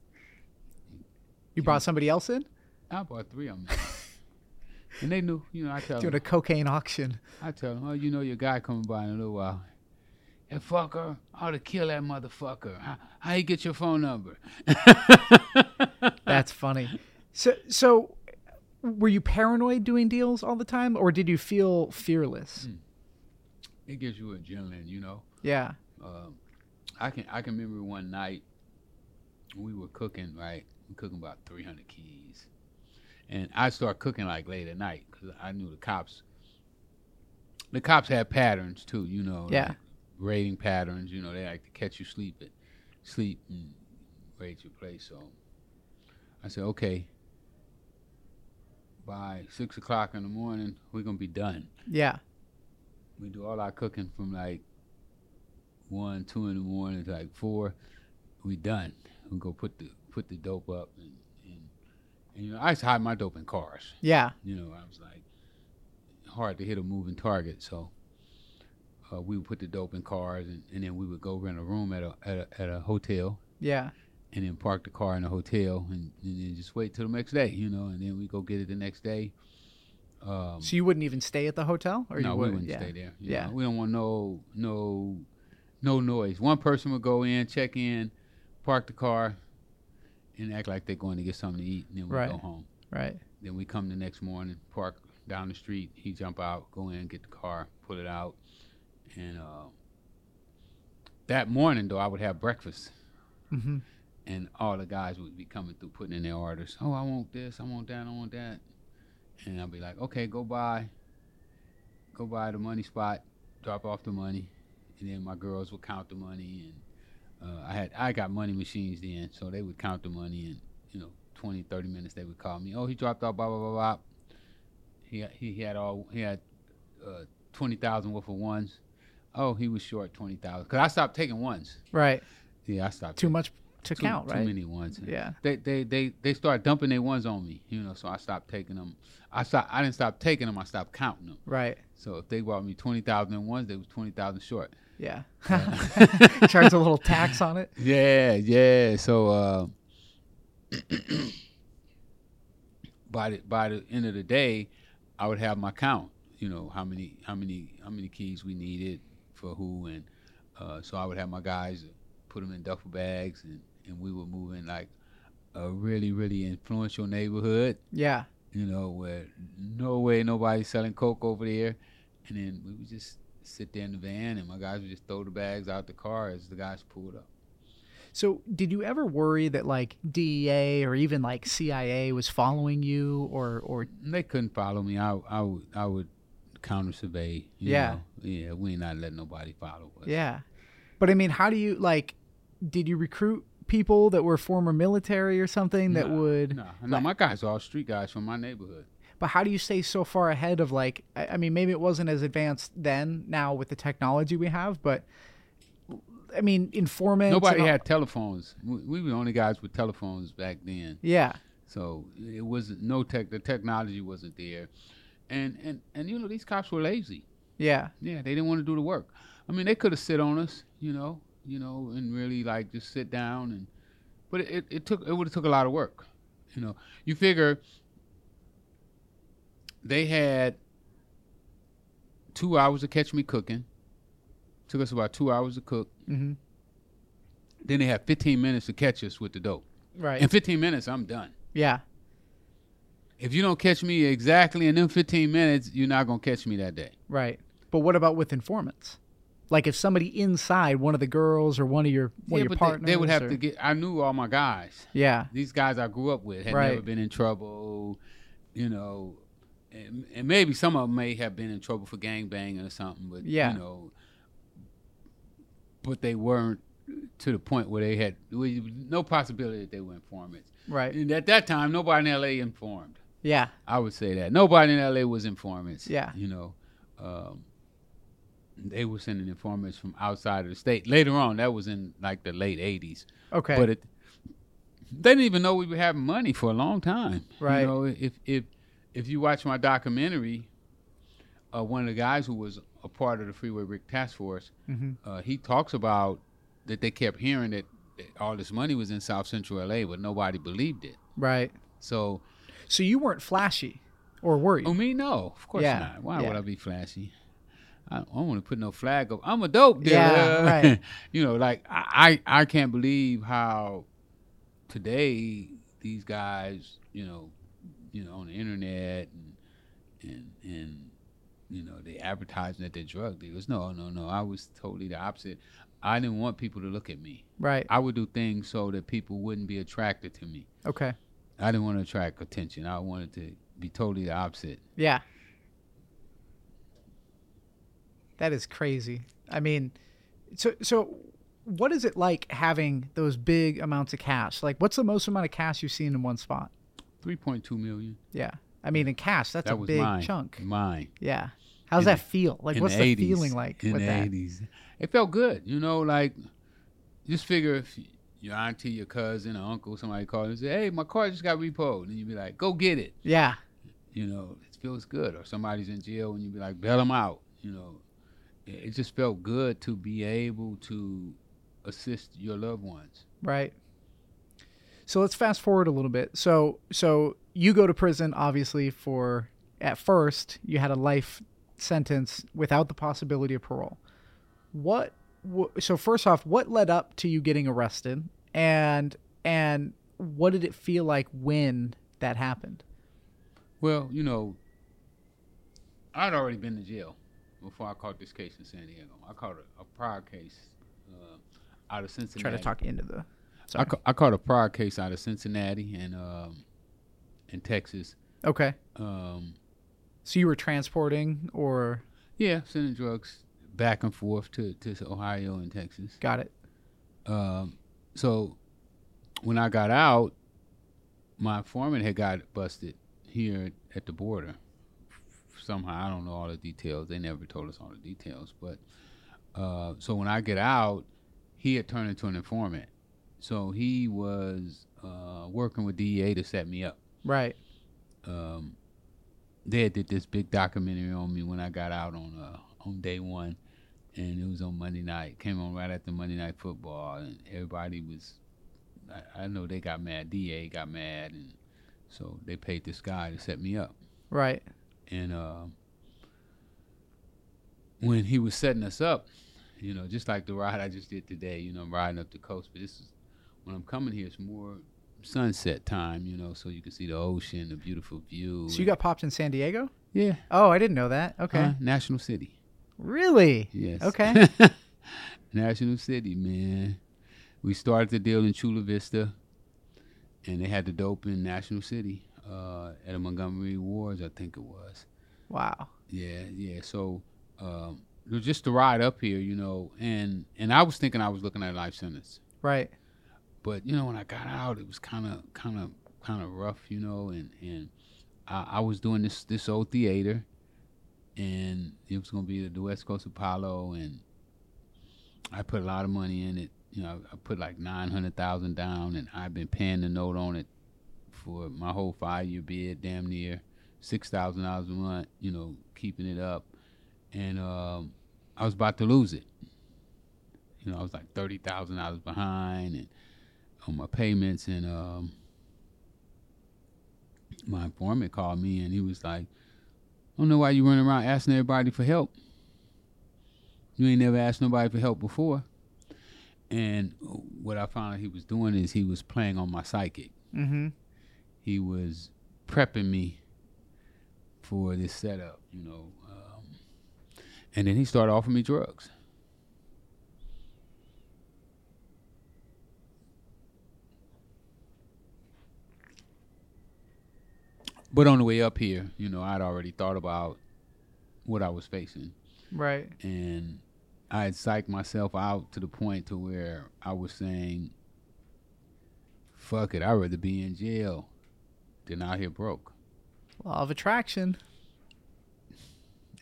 Speaker 1: you brought somebody else in
Speaker 2: I bought three of them, and they knew. You know, I tell
Speaker 1: doing
Speaker 2: them,
Speaker 1: a cocaine auction.
Speaker 2: I tell them, oh, you know, your guy coming by in a little while. That fucker, I ought to kill that motherfucker. How, how you get your phone number?
Speaker 1: That's funny. So so were you paranoid doing deals all the time, or did you feel fearless?
Speaker 2: it gives you adrenaline, you know.
Speaker 1: Yeah,
Speaker 2: Um, I can I can remember one night we were cooking right, we were cooking about three hundred keys, and I start cooking like late at night because I knew the cops. The cops had patterns too, you know.
Speaker 1: Yeah.
Speaker 2: like raiding patterns, you know, they like to catch you sleeping, sleep and raid your place. So I said, okay. By six o'clock in the morning, we're gonna be done
Speaker 1: yeah,
Speaker 2: we do all our cooking from like one, two in the morning to like four. We done. We go put the put the dope up and, and, and you know I used to hide my dope in cars.
Speaker 1: yeah,
Speaker 2: You know I was like hard to hit a moving target, so uh, we would put the dope in cars and, and then we would go rent a room at a, at a at a hotel
Speaker 1: yeah,
Speaker 2: and then park the car in a hotel and, and then just wait till the next day. You know and then we go get it the next day. Um,
Speaker 1: So you wouldn't even stay at the hotel, or
Speaker 2: no,
Speaker 1: you
Speaker 2: we
Speaker 1: would?
Speaker 2: wouldn't
Speaker 1: yeah.
Speaker 2: stay there.
Speaker 1: Yeah.
Speaker 2: yeah, we don't want no no no noise. One person would go in, check in, park the car, and act like they're going to get something to eat, and then we
Speaker 1: Right.
Speaker 2: go home.
Speaker 1: Right.
Speaker 2: Then we come the next morning, park down the street. He jump out, go in, get the car, pull it out, and uh, that morning though, I would have breakfast,
Speaker 1: hmm
Speaker 2: and all the guys would be coming through putting in their orders. Oh, I want this, I want that, I want that, and I'd be like, okay, go buy, go buy the money spot, drop off the money, and then my girls would count the money and. Uh, I had I got money machines then, so they would count the money and you know 20, 30 minutes they would call me. Oh, he dropped off blah blah blah blah. He he had all he had uh, twenty thousand worth of ones. Oh, he was short twenty thousand because I stopped taking ones.
Speaker 1: Right.
Speaker 2: Yeah, I stopped
Speaker 1: Too
Speaker 2: taking-
Speaker 1: much to
Speaker 2: too,
Speaker 1: count,
Speaker 2: Too
Speaker 1: right?
Speaker 2: many ones.
Speaker 1: Yeah.
Speaker 2: They they they they started dumping their ones on me, you know. So I stopped taking them. I stopped, I didn't stop taking them. I stopped counting them.
Speaker 1: Right.
Speaker 2: So if they bought me twenty thousand in ones, they was twenty thousand short.
Speaker 1: Yeah.
Speaker 2: Yeah.
Speaker 1: Charge a little tax on it.
Speaker 2: Yeah, yeah. So uh, by the by the end of the day, I would have my count. You know how many how many how many keys we needed for who, and uh, so I would have my guys put them in duffel bags, and and we would move in like a really really influential neighborhood.
Speaker 1: Yeah.
Speaker 2: You know where no way nobody's selling coke over there, and then we would just sit there in the van, and my guys would just throw the bags out the car as the guys pulled up.
Speaker 1: So, did you ever worry that like DEA or even like CIA was following you or or
Speaker 2: they couldn't follow me. I I would I would counter survey. you
Speaker 1: Yeah.
Speaker 2: know. yeah. We ain't not let nobody follow us.
Speaker 1: yeah. But I mean, how do you like did you recruit people that were former military or something that
Speaker 2: Nah,
Speaker 1: would
Speaker 2: No, no, my guys are all street guys from my neighborhood.
Speaker 1: but how do you stay so far ahead of like I, I mean, maybe it wasn't as advanced then now with the technology we have, but I mean, informants and
Speaker 2: Nobody
Speaker 1: all-
Speaker 2: had telephones. We, we were the only guys with telephones back then.
Speaker 1: Yeah.
Speaker 2: So it wasn't no tech. The technology wasn't there, and and and you know these cops were lazy.
Speaker 1: Yeah.
Speaker 2: Yeah, they didn't want to do the work. I mean, they could have sit on us, you know, you know, and really like just sit down and, but it, it took it would have took a lot of work, you know. You figure they had two hours to catch me cooking. Took us about two hours to cook.
Speaker 1: hmm
Speaker 2: Then they had 15 minutes to catch us with the dope. In
Speaker 1: Right.
Speaker 2: 15 minutes, I'm done.
Speaker 1: Yeah.
Speaker 2: If you don't catch me exactly in them 15 minutes, you're not gonna catch me that day.
Speaker 1: Right. But what about with informants? Like if somebody inside one of the girls or one of your one of
Speaker 2: yeah,
Speaker 1: your
Speaker 2: but
Speaker 1: partners,
Speaker 2: they, they would have
Speaker 1: or-
Speaker 2: to get. I knew all my guys.
Speaker 1: Yeah,
Speaker 2: these guys I grew up with had never
Speaker 1: Right.
Speaker 2: been in trouble, you know, and, and maybe some of them may have been in trouble for gangbanging or something, but
Speaker 1: Yeah.
Speaker 2: you know, but they weren't to the point where they had we- no possibility that they were informants.
Speaker 1: right.
Speaker 2: And at that time, nobody in LA informed.
Speaker 1: Yeah,
Speaker 2: I would say that nobody in LA was informants.
Speaker 1: Yeah.
Speaker 2: you know. Um, they were sending informants from outside of the state. Later on, that was in like the late '80s.
Speaker 1: okay.
Speaker 2: But it, they didn't even know we were having money for a long time.
Speaker 1: Right.
Speaker 2: You know, if if if you watch my documentary, uh, one of the guys who was a part of the Freeway Rick Task Force,
Speaker 1: hmm
Speaker 2: uh, he talks about that they kept hearing that, that all this money was in South Central LA, but nobody believed it.
Speaker 1: Right.
Speaker 2: So,
Speaker 1: So you weren't flashy, or were you?
Speaker 2: oh me, no, of course
Speaker 1: Yeah,
Speaker 2: not. Why would
Speaker 1: yeah.
Speaker 2: I be flashy? I I don't want to put no flag up. I'm a dope dealer.
Speaker 1: Yeah, right.
Speaker 2: you know, like I, I I can't believe how today these guys, you know, you know, on the internet and and and you know, they advertising that they're drug dealers. No, no, no. I was totally the opposite. I didn't want people to look at me.
Speaker 1: Right.
Speaker 2: I would do things so that people wouldn't be attracted to me.
Speaker 1: Okay.
Speaker 2: I didn't want to attract attention. I wanted to be totally the opposite.
Speaker 1: Yeah. That is crazy. I mean, so so what is it like having those big amounts of cash? Like, what's the most amount of cash you've seen in one spot?
Speaker 2: Three point two million.
Speaker 1: Yeah. I mean, in cash, that's
Speaker 2: that
Speaker 1: a
Speaker 2: was
Speaker 1: big
Speaker 2: mine.
Speaker 1: chunk.
Speaker 2: Mine.
Speaker 1: Yeah. How's
Speaker 2: In-
Speaker 1: that feel? Like,
Speaker 2: in
Speaker 1: what's
Speaker 2: the
Speaker 1: the
Speaker 2: 80s,
Speaker 1: feeling like
Speaker 2: in
Speaker 1: with
Speaker 2: the
Speaker 1: that?
Speaker 2: 80s it felt good you know like just figure if your auntie your cousin or uncle somebody called and say hey my car just got repoed and you'd be like go get it
Speaker 1: Yeah.
Speaker 2: you know it feels good or somebody's in jail and you'd be like bail them out you know it it just felt good to be able to assist your loved ones
Speaker 1: Right. So let's fast forward a little bit. So so you go to prison obviously for at first you had a life sentence without the possibility of parole. What wh- so first off, what led up to you getting arrested and and what did it feel like when that happened?
Speaker 2: well you know I'd already been to jail before I caught this case in San Diego. I caught a, a prior case uh, out of Cincinnati.
Speaker 1: Try to talk into the.
Speaker 2: I, ca- I caught a prior case out of Cincinnati and um, in Texas.
Speaker 1: Okay.
Speaker 2: Um,
Speaker 1: So you were transporting or
Speaker 2: yeah, sending drugs back and forth to, to Ohio and Texas.
Speaker 1: got it.
Speaker 2: Um, so when I got out, my informant had got busted here at the border. Somehow I don't know all the details. They never told us all the details, but uh, so when I get out, he had turned into an informant. So he was uh, working with DEA to set me up.
Speaker 1: Right.
Speaker 2: Um, they had did this big documentary on me when I got out on uh, on day one, and it was on Monday night. Came on right after Monday night football, and everybody was. I, I know they got mad. Da got mad, and so they paid this guy to set me up.
Speaker 1: Right.
Speaker 2: And uh, when he was setting us up, you know, just like the ride I just did today, you know, I'm riding up the coast. But this is when I'm coming here. It's more sunset time, you know, so you can see the ocean, the beautiful view.
Speaker 1: So you got popped in San Diego?
Speaker 2: yeah,
Speaker 1: Oh, I didn't know that. Okay.
Speaker 2: uh, National City.
Speaker 1: Really?
Speaker 2: Yes.
Speaker 1: Okay.
Speaker 2: National City, man. We started the deal in Chula Vista, and they had the dope in National City uh, at a Montgomery Wards, I think it was.
Speaker 1: Wow.
Speaker 2: Yeah, yeah. So um, it was just the ride up here, you know, and and I was thinking I was looking at life sentence,
Speaker 1: Right.
Speaker 2: but you know when I got out, it was kind of kind of kind of rough, you know, and and I, I was doing this this old theater, and it was gonna be the West Coast Apollo, and I put a lot of money in it. You know, I, I put like nine hundred thousand down, and I've been paying the note on it for my whole five year bid, damn near six thousand dollars a month. You know, keeping it up, and um, I was about to lose it. You know, I was like thirty thousand dollars behind, and on my payments and um my informant called me and he was like, I don't know why you running around asking everybody for help. You ain't never asked nobody for help before. And uh, what I found out he was doing is he was playing on my psychic.
Speaker 1: Mm-hmm.
Speaker 2: He was prepping me for this setup, you know. Um, and then he started offering me drugs. But on the way up here, you know, I'd already thought about what I was facing,
Speaker 1: Right.
Speaker 2: and I had psyched myself out to the point to where I was saying, "Fuck it, I'd rather be in jail than out here broke."
Speaker 1: Law of attraction.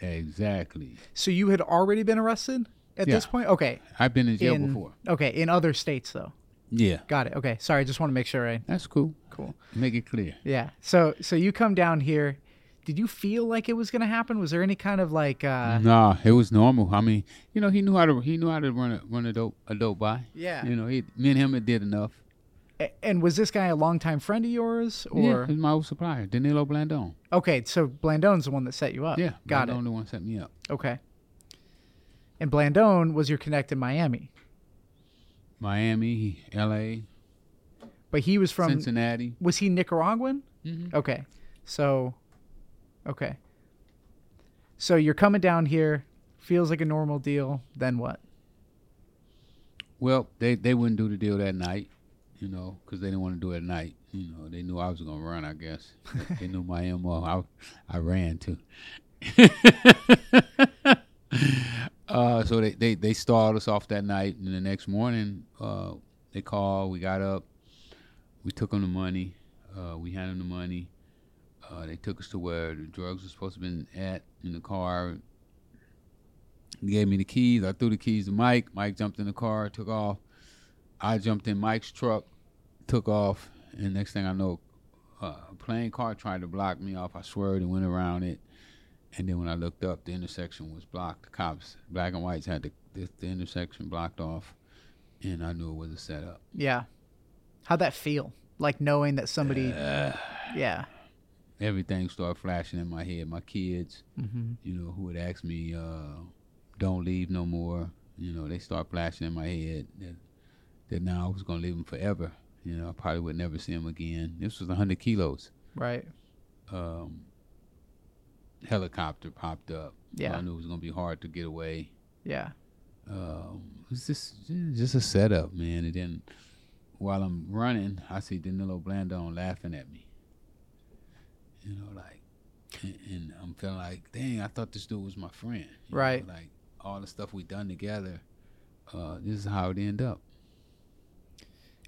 Speaker 2: Exactly.
Speaker 1: So you had already been arrested at
Speaker 2: Yeah.
Speaker 1: this point? Okay.
Speaker 2: I've been in jail
Speaker 1: in,
Speaker 2: before.
Speaker 1: Okay, in other states though.
Speaker 2: Yeah,
Speaker 1: Got it. Okay. Sorry, I just want to make sure I
Speaker 2: that's cool.
Speaker 1: cool.
Speaker 2: Make it clear.
Speaker 1: Yeah. So so you come down here. Did you feel like it was gonna happen? Was there any kind of like uh
Speaker 2: nah, it was normal. I mean, you know, he knew how to he knew how to run a run a dope a dope by.
Speaker 1: Yeah.
Speaker 2: You know, he, me and him had did enough.
Speaker 1: a- and was this guy a longtime friend of yours
Speaker 2: yeah,
Speaker 1: or
Speaker 2: he's my old supplier, Danilo Blandon.
Speaker 1: Okay, so Blandone's the one that set you up.
Speaker 2: yeah,
Speaker 1: Uh, Got
Speaker 2: Blandon the one set me up.
Speaker 1: it. Okay. And Blandone was your connect in Miami.
Speaker 2: Miami, L.A.,
Speaker 1: But he was from
Speaker 2: Cincinnati.
Speaker 1: was he Nicaraguan?
Speaker 2: Mhm.
Speaker 1: Okay. So okay. So you're coming down here, feels like a normal deal, then what?
Speaker 2: Well, they they wouldn't do the deal that night, you know, because they didn't want to do it at night. You know, they knew I was gonna run. I guess They- they knew my mo. I I ran too. uh, so they, they they stalled us off that night, and the next morning, uh, they called. We got up. We took them the money. Uh, we handed them the money. Uh, they took us to where the drugs were supposed to been at in the car. He gave me the keys. I threw the keys to Mike. Mike jumped in the car, took off. I jumped in Mike's truck, took off, and next thing I know, uh, a plane car tried to block me off. I swerved and went around it, and then when I looked up, the intersection was blocked. The cops, black and whites, had the the, the intersection blocked off, and I knew it was a setup.
Speaker 1: Yeah. How'd that feel? Like knowing that somebody Yeah.
Speaker 2: Uh, Everything started flashing in my head. My kids,
Speaker 1: Mm-hmm.
Speaker 2: you know, who would ask me, uh, "Don't leave no more." You know, they start flashing in my head that that now I was gonna leave them forever. You know, I probably would never see them again. This was hundred kilos.
Speaker 1: Right.
Speaker 2: Um, helicopter popped up.
Speaker 1: Yeah.
Speaker 2: I knew it was gonna be hard to get away.
Speaker 1: Yeah.
Speaker 2: Um, it was just just a setup, man. And then while I'm running, I see Danilo Blandon laughing at me. You know, like, and, and I'm feeling like, dang, I thought this dude was my friend. You know,
Speaker 1: Right.
Speaker 2: like all the stuff we done together. Uh, this is how it end up.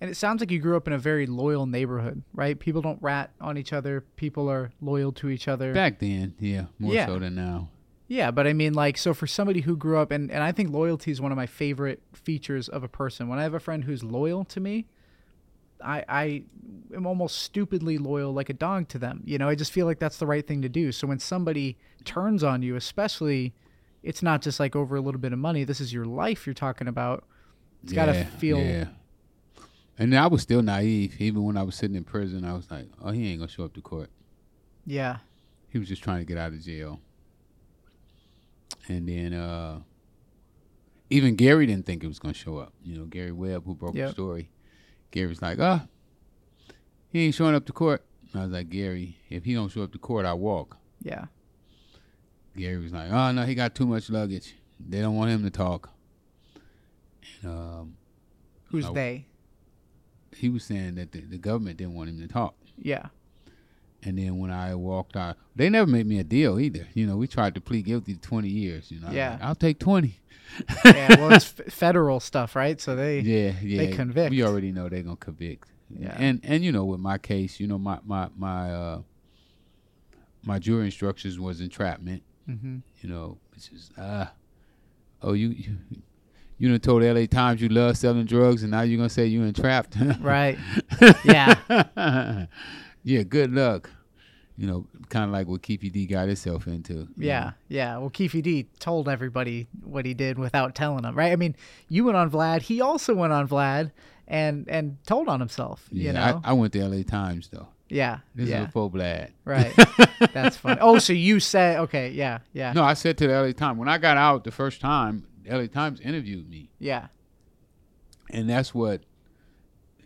Speaker 1: And it sounds like you grew up in a very loyal neighborhood, right? People don't rat on each other. People are loyal to each other.
Speaker 2: Back then, yeah, more
Speaker 1: Yeah.
Speaker 2: so than now.
Speaker 1: Yeah, but I mean, like, so for somebody who grew up, and, and I think loyalty is one of my favorite features of a person. When I have a friend who's loyal to me, I, I am almost stupidly loyal like a dog to them. You know, I just feel like that's the right thing to do. So when somebody turns on you, especially, it's not just like over a little bit of money. This is your life you're talking about. It's got to feel.
Speaker 2: Yeah. And I was still naive. Even when I was sitting in prison, I was like, oh, he ain't going to show up to court.
Speaker 1: yeah.
Speaker 2: He was just trying to get out of jail. And then uh, even Gary didn't think it was going to show up. You know, Gary Webb, who broke
Speaker 1: Yep.
Speaker 2: the story, Gary's like, ah, he ain't showing up to court. And I was like, Gary, if he don't show up to court, I walk.
Speaker 1: Yeah.
Speaker 2: Gary was like, "Oh no, he got too much luggage. They don't want him to talk." And um,
Speaker 1: Who's
Speaker 2: I-
Speaker 1: they?
Speaker 2: he was saying that the, the government didn't want him to talk.
Speaker 1: Yeah.
Speaker 2: And then when I walked out, they never made me a deal either. You know, we tried to plead guilty to 20 years. You know, I was
Speaker 1: Yeah.
Speaker 2: like, I'll take 20.
Speaker 1: Yeah. Well, it's f- federal stuff, right? So they.
Speaker 2: Yeah, yeah.
Speaker 1: convict.
Speaker 2: We already know they're gonna convict.
Speaker 1: Yeah.
Speaker 2: And and you know, with my case, you know, my my my uh, my jury instructions was entrapment.
Speaker 1: hmm
Speaker 2: you know, it's just ah, oh you, you, you done told L.A. Times you love selling drugs, and now you're gonna say you entrapped,
Speaker 1: Right. Yeah.
Speaker 2: yeah, good luck. You know, kind of like what Keefy D got himself into. you
Speaker 1: Yeah,
Speaker 2: know.
Speaker 1: yeah. Well, Keefe D told everybody what he did without telling them, right? I mean, you went on Vlad. He also went on Vlad and and told on himself.
Speaker 2: yeah.
Speaker 1: you know,
Speaker 2: I, I went to L.A. Times though.
Speaker 1: yeah,
Speaker 2: This is
Speaker 1: yeah,
Speaker 2: before Blad.
Speaker 1: right. That's funny. Oh, so you said okay, yeah, yeah,
Speaker 2: No, I said to the L.A. Times when I got out the first time, L.A. Times interviewed me.
Speaker 1: yeah,
Speaker 2: and that's what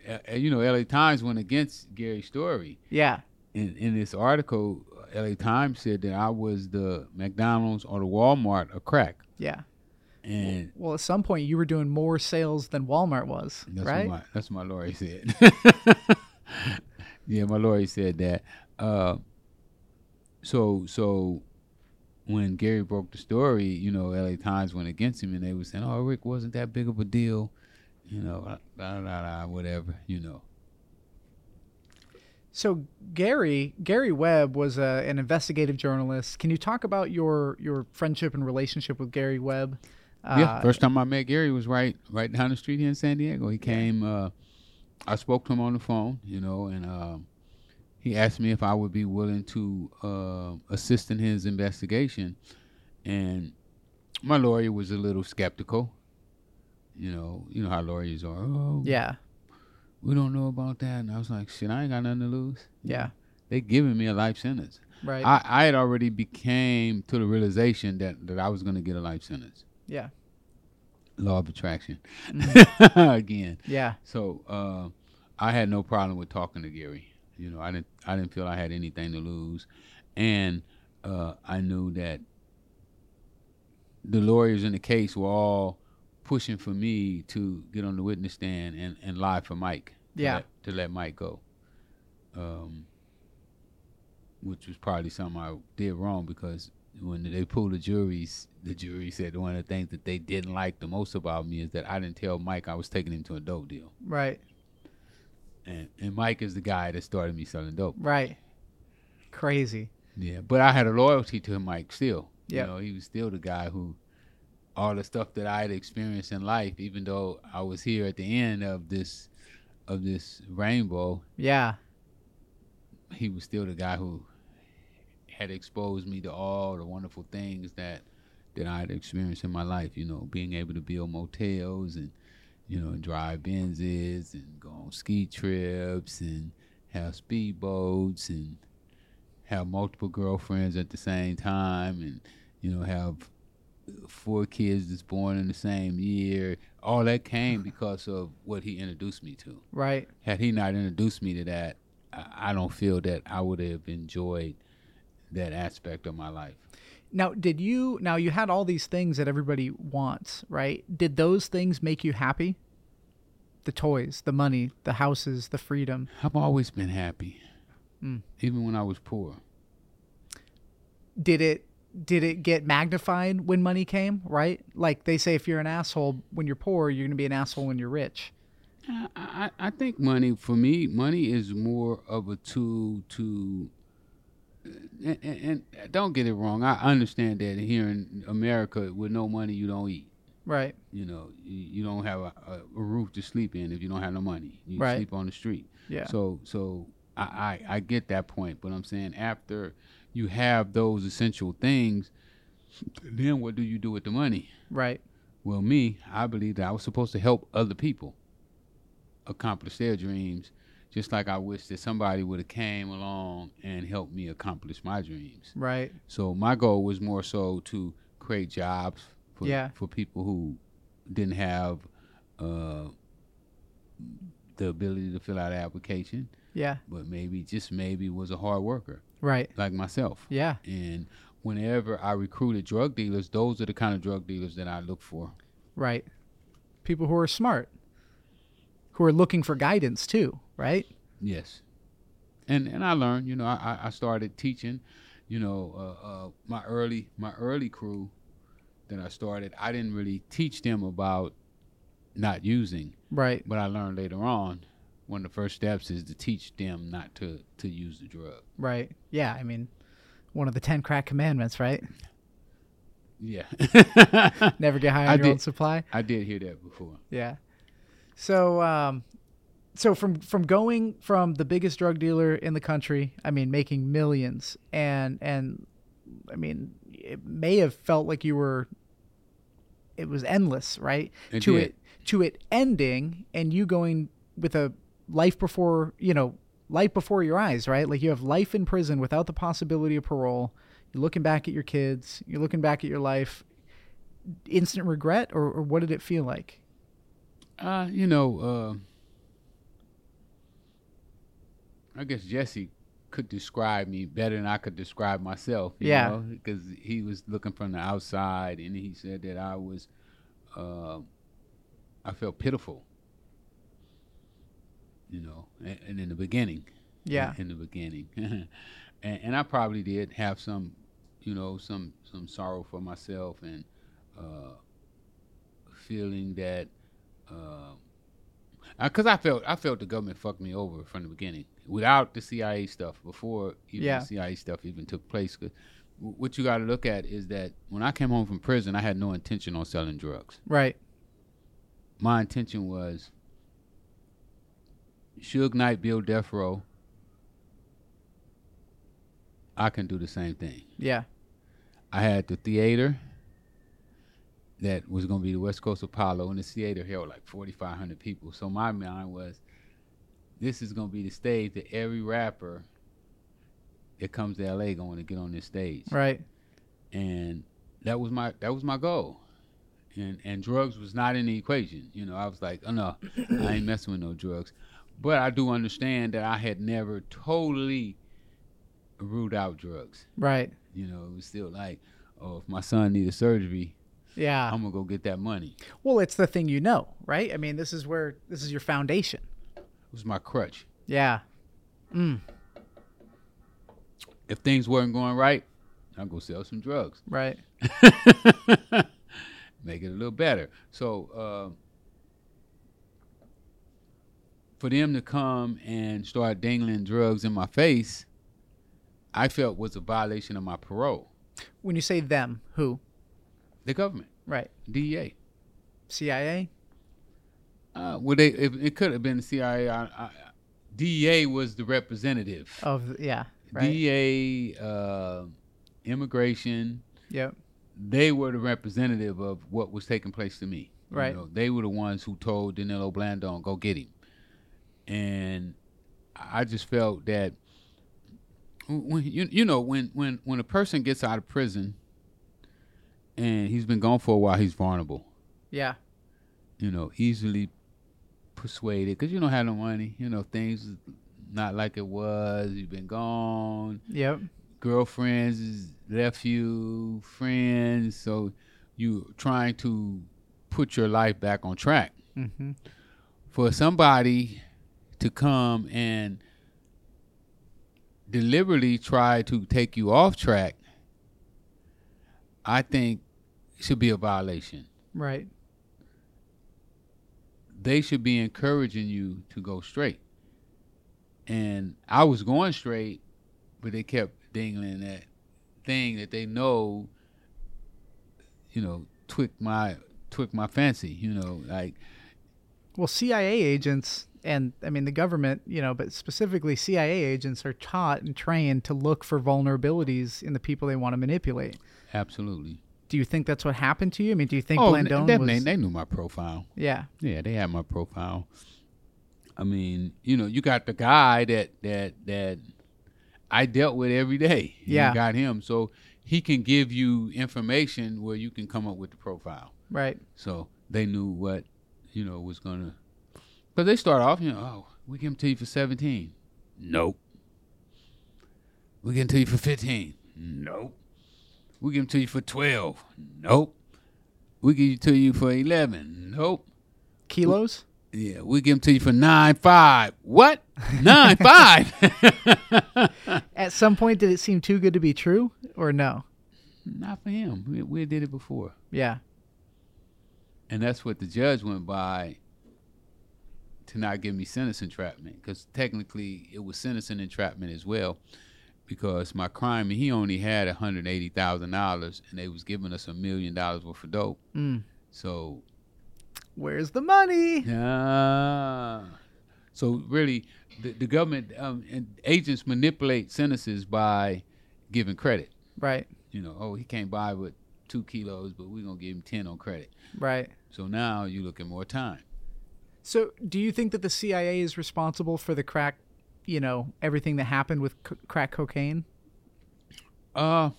Speaker 2: uh, uh, you know la times went against gary's story
Speaker 1: yeah,
Speaker 2: in, in this article la times said that i was the mcdonald's or the walmart of crack
Speaker 1: yeah.
Speaker 2: and
Speaker 1: Well, at some point you were doing more sales than Walmart was,
Speaker 2: that's
Speaker 1: right?
Speaker 2: what my that's what my lawyer said yeah my lawyer said that uh, so so when gary broke the story you know la times went against him and they were saying oh rick wasn't that big of a deal you know "Ah, blah, blah, blah, blah, whatever you know
Speaker 1: So Gary Gary Webb was a, an investigative journalist. Can you talk about your your friendship and relationship with Gary Webb? Uh,
Speaker 2: yeah, first time I met Gary was right right down the street here in San Diego. He came. Uh, I spoke to him on the phone, you know, and um, he asked me if I would be willing to uh, assist in his investigation. And my lawyer was a little skeptical. You know, you know how lawyers are. Oh,
Speaker 1: yeah,
Speaker 2: we don't know about that. And I was like, shit, I ain't got nothing to lose.
Speaker 1: yeah,
Speaker 2: They giving me a life sentence.
Speaker 1: right,
Speaker 2: I, I had already became to the realization that, that I was going to get a life sentence.
Speaker 1: Yeah.
Speaker 2: Law of attraction. Again.
Speaker 1: yeah,
Speaker 2: So uh, I had no problem with talking to Gary. You know, I didn't I didn't feel I had anything to lose, and uh, I knew that the lawyers in the case were all pushing for me to get on the witness stand and, and lie for Mike. to
Speaker 1: Yeah.
Speaker 2: let- to let Mike go. Um, which was probably something I did wrong because when they pulled the juries, the jury said one of the things that they didn't like the most about me is that I didn't tell Mike I was taking him to a dope deal.
Speaker 1: right.
Speaker 2: And, and Mike is the guy that started me selling dope.
Speaker 1: Right. Crazy.
Speaker 2: Yeah, but I had a loyalty to Mike still.
Speaker 1: Yeah.
Speaker 2: You know, he was still the guy who all the stuff that I had experienced in life, even though I was here at the end of this of this rainbow,
Speaker 1: Yeah.
Speaker 2: he was still the guy who had exposed me to all the wonderful things that that I had experienced in my life. You know, being able to build motels and you know, and drive Benzes and go on ski trips and have speedboats and have multiple girlfriends at the same time and you know have four kids that's born in the same year. All that came because of what he introduced me to
Speaker 1: Right.
Speaker 2: had he not introduced me to that, I, I don't feel that I would have enjoyed that aspect of my life.
Speaker 1: Now, did you now you had all these things that everybody wants, right? Did those things make you happy? The toys, the money, the houses, the freedom.
Speaker 2: I've always been happy,
Speaker 1: Mm.
Speaker 2: even when I was poor.
Speaker 1: Did it did it get magnified when money came, right? Like they say if you're an asshole when you're poor, you're going to be an asshole when you're rich.
Speaker 2: I, I, I think money for me, money is more of a tool to. uh, And, and, and don't get it wrong. I understand that here in America, with no money, you don't eat.
Speaker 1: Right.
Speaker 2: You know, you, you don't have a, a, a roof to sleep in if you don't have no money. You
Speaker 1: Right.
Speaker 2: sleep on the street.
Speaker 1: Yeah.
Speaker 2: So so I, I I get that point, but I'm saying after you have those essential things, then what do you do with the money?
Speaker 1: right.
Speaker 2: Well, me, I believe that I was supposed to help other people accomplish their dreams, just like I wish that somebody would have came along and helped me accomplish my dreams.
Speaker 1: Right.
Speaker 2: So my goal was more so to create jobs for
Speaker 1: Yeah.
Speaker 2: for people who didn't have uh, the ability to fill out an application,
Speaker 1: Yeah.
Speaker 2: but maybe just maybe was a hard worker
Speaker 1: Right.
Speaker 2: like myself.
Speaker 1: Yeah.
Speaker 2: And whenever I recruited drug dealers, those are the kind of drug dealers that I look for.
Speaker 1: Right. People who are smart, who are looking for guidance too, right?
Speaker 2: Yes, and and I learned. You know, I I- I started teaching. You know, uh, uh, my early my early crew that I started, I didn't really teach them about not using,
Speaker 1: Right.
Speaker 2: but I learned later on one of the first steps is to teach them not to to use the drug.
Speaker 1: Right. Yeah. I mean, one of the 10 crack commandments, right?
Speaker 2: Yeah,
Speaker 1: Never get high on
Speaker 2: I
Speaker 1: your
Speaker 2: did-
Speaker 1: own supply.
Speaker 2: I did hear that before.
Speaker 1: Yeah. So, um, so from from going from the biggest drug dealer in the country, I mean, making millions, and and I mean, it may have felt like you were, it was endless, right?
Speaker 2: It
Speaker 1: to
Speaker 2: did.
Speaker 1: it to it ending, and you going with a life before you know life before your eyes, right? Like you have life in prison without the possibility of parole. You're looking back at your kids. You're looking back at your life. Instant regret, or, or what did it feel like?
Speaker 2: Uh, you know, uh, I guess Jesse could describe me better than I could describe myself. You
Speaker 1: Yeah.
Speaker 2: Because he was looking from the outside, and he said that I was, uh, I felt pitiful. You know, and, and in the beginning.
Speaker 1: Yeah.
Speaker 2: In, in the beginning, and, and I probably did have some, you know, some some sorrow for myself and uh, feeling that um, because I felt I felt the government fucked me over from the beginning without the CIA stuff before even
Speaker 1: Yeah.
Speaker 2: the CIA stuff even took place. 'Cause w- what you got to look at is that when I came home from prison, I had no intention on selling drugs.
Speaker 1: Right.
Speaker 2: My intention was Suge Knight, Bill Death Row. I can do the same thing.
Speaker 1: Yeah.
Speaker 2: I had the theater that was going to be the West Coast Apollo, and this theater held like 4,500 people. So my mind was, this is going to be the stage that every rapper that comes to LA going to get on this stage,
Speaker 1: Right.
Speaker 2: and that was my that was my goal. And and drugs was not in the equation. You know, I was like, oh no, I ain't messing with no drugs. But I do understand that I had never totally ruled out drugs.
Speaker 1: Right.
Speaker 2: You know, it was still like, oh, if my son needed surgery,
Speaker 1: Yeah.
Speaker 2: I'm gonna go get that money.
Speaker 1: well, it's the thing you know, right? I mean, this is where this is your foundation.
Speaker 2: It was my crutch.
Speaker 1: Yeah.
Speaker 2: If things weren't going right, I'd go sell some drugs,
Speaker 1: Right.
Speaker 2: make it a little better. So um for them to come and start dangling drugs in my face, I felt was a violation of my parole.
Speaker 1: When you say them, who?
Speaker 2: The government, E
Speaker 1: Right.
Speaker 2: DEA.
Speaker 1: CIA.
Speaker 2: Uh, well, they it, it could have been the CIA. I, I, DEA was the representative.
Speaker 1: Of yeah. Oh, Right.
Speaker 2: DA, uh, immigration,
Speaker 1: yep.
Speaker 2: they were the representative of what was taking place to me. You
Speaker 1: Right.
Speaker 2: know, they were the ones who told Danilo Blandon, go get him. And I just felt that, when, you, you know, when, when, when a person gets out of prison and he's been gone for a while, he's vulnerable,
Speaker 1: Yeah.
Speaker 2: you know, easily persuaded because you don't have no money, you know, things not like it was, you've been gone
Speaker 1: Yep.
Speaker 2: girlfriends left you, friends. So you trying to put your life back on track.
Speaker 1: Mm-hmm.
Speaker 2: For somebody to come and deliberately try to take you off track, I think should be a violation.
Speaker 1: Right.
Speaker 2: They should be encouraging you to go straight. And I was going straight, but they kept dingling that thing that they know, you know, twick my twick my fancy, you know, like
Speaker 1: Well, CIA agents and I mean the government, you know, but specifically CIA agents are taught and trained to look for vulnerabilities in the people they want to manipulate.
Speaker 2: absolutely.
Speaker 1: Do you think that's what happened to you? I mean, do you think
Speaker 2: Oh,
Speaker 1: Blandone
Speaker 2: they,
Speaker 1: was?
Speaker 2: they knew my profile.
Speaker 1: Yeah,
Speaker 2: Yeah, they had my profile. I mean, you know, you got the guy that that that I dealt with every day. You
Speaker 1: Yeah.
Speaker 2: got him, so he can give you information where you can come up with the profile.
Speaker 1: right.
Speaker 2: So they knew what you know was gonna. But they start off, you know, oh, we give him to you for seventeen. Nope. We give him to you for fifteen. Nope. We give him to you for twelve. Nope. We give it to you for eleven. Nope.
Speaker 1: Kilos.
Speaker 2: Yeah, we give them to you for nine five. What? Nine five?
Speaker 1: At some point, did it seem too good to be true, or no?
Speaker 2: Not for him. We, we did it before,
Speaker 1: Yeah,
Speaker 2: and that's what the judge went by to not give me sentence entrapment, because technically it was sentence entrapment as well, because my crime he only had one hundred eighty thousand dollars, and they was giving us a million dollars worth of dope.
Speaker 1: Mm.
Speaker 2: So
Speaker 1: where's the money?
Speaker 2: Ah. So really, the, the government um, and agents manipulate sentences by giving credit.
Speaker 1: Right,
Speaker 2: You know, oh, he can't buy with two kilos, but we're gonna give him ten on credit.
Speaker 1: right.
Speaker 2: So now you look at more time.
Speaker 1: So, do you think that the CIA is responsible for the crack, you know, everything that happened with c- crack cocaine?
Speaker 2: Uh,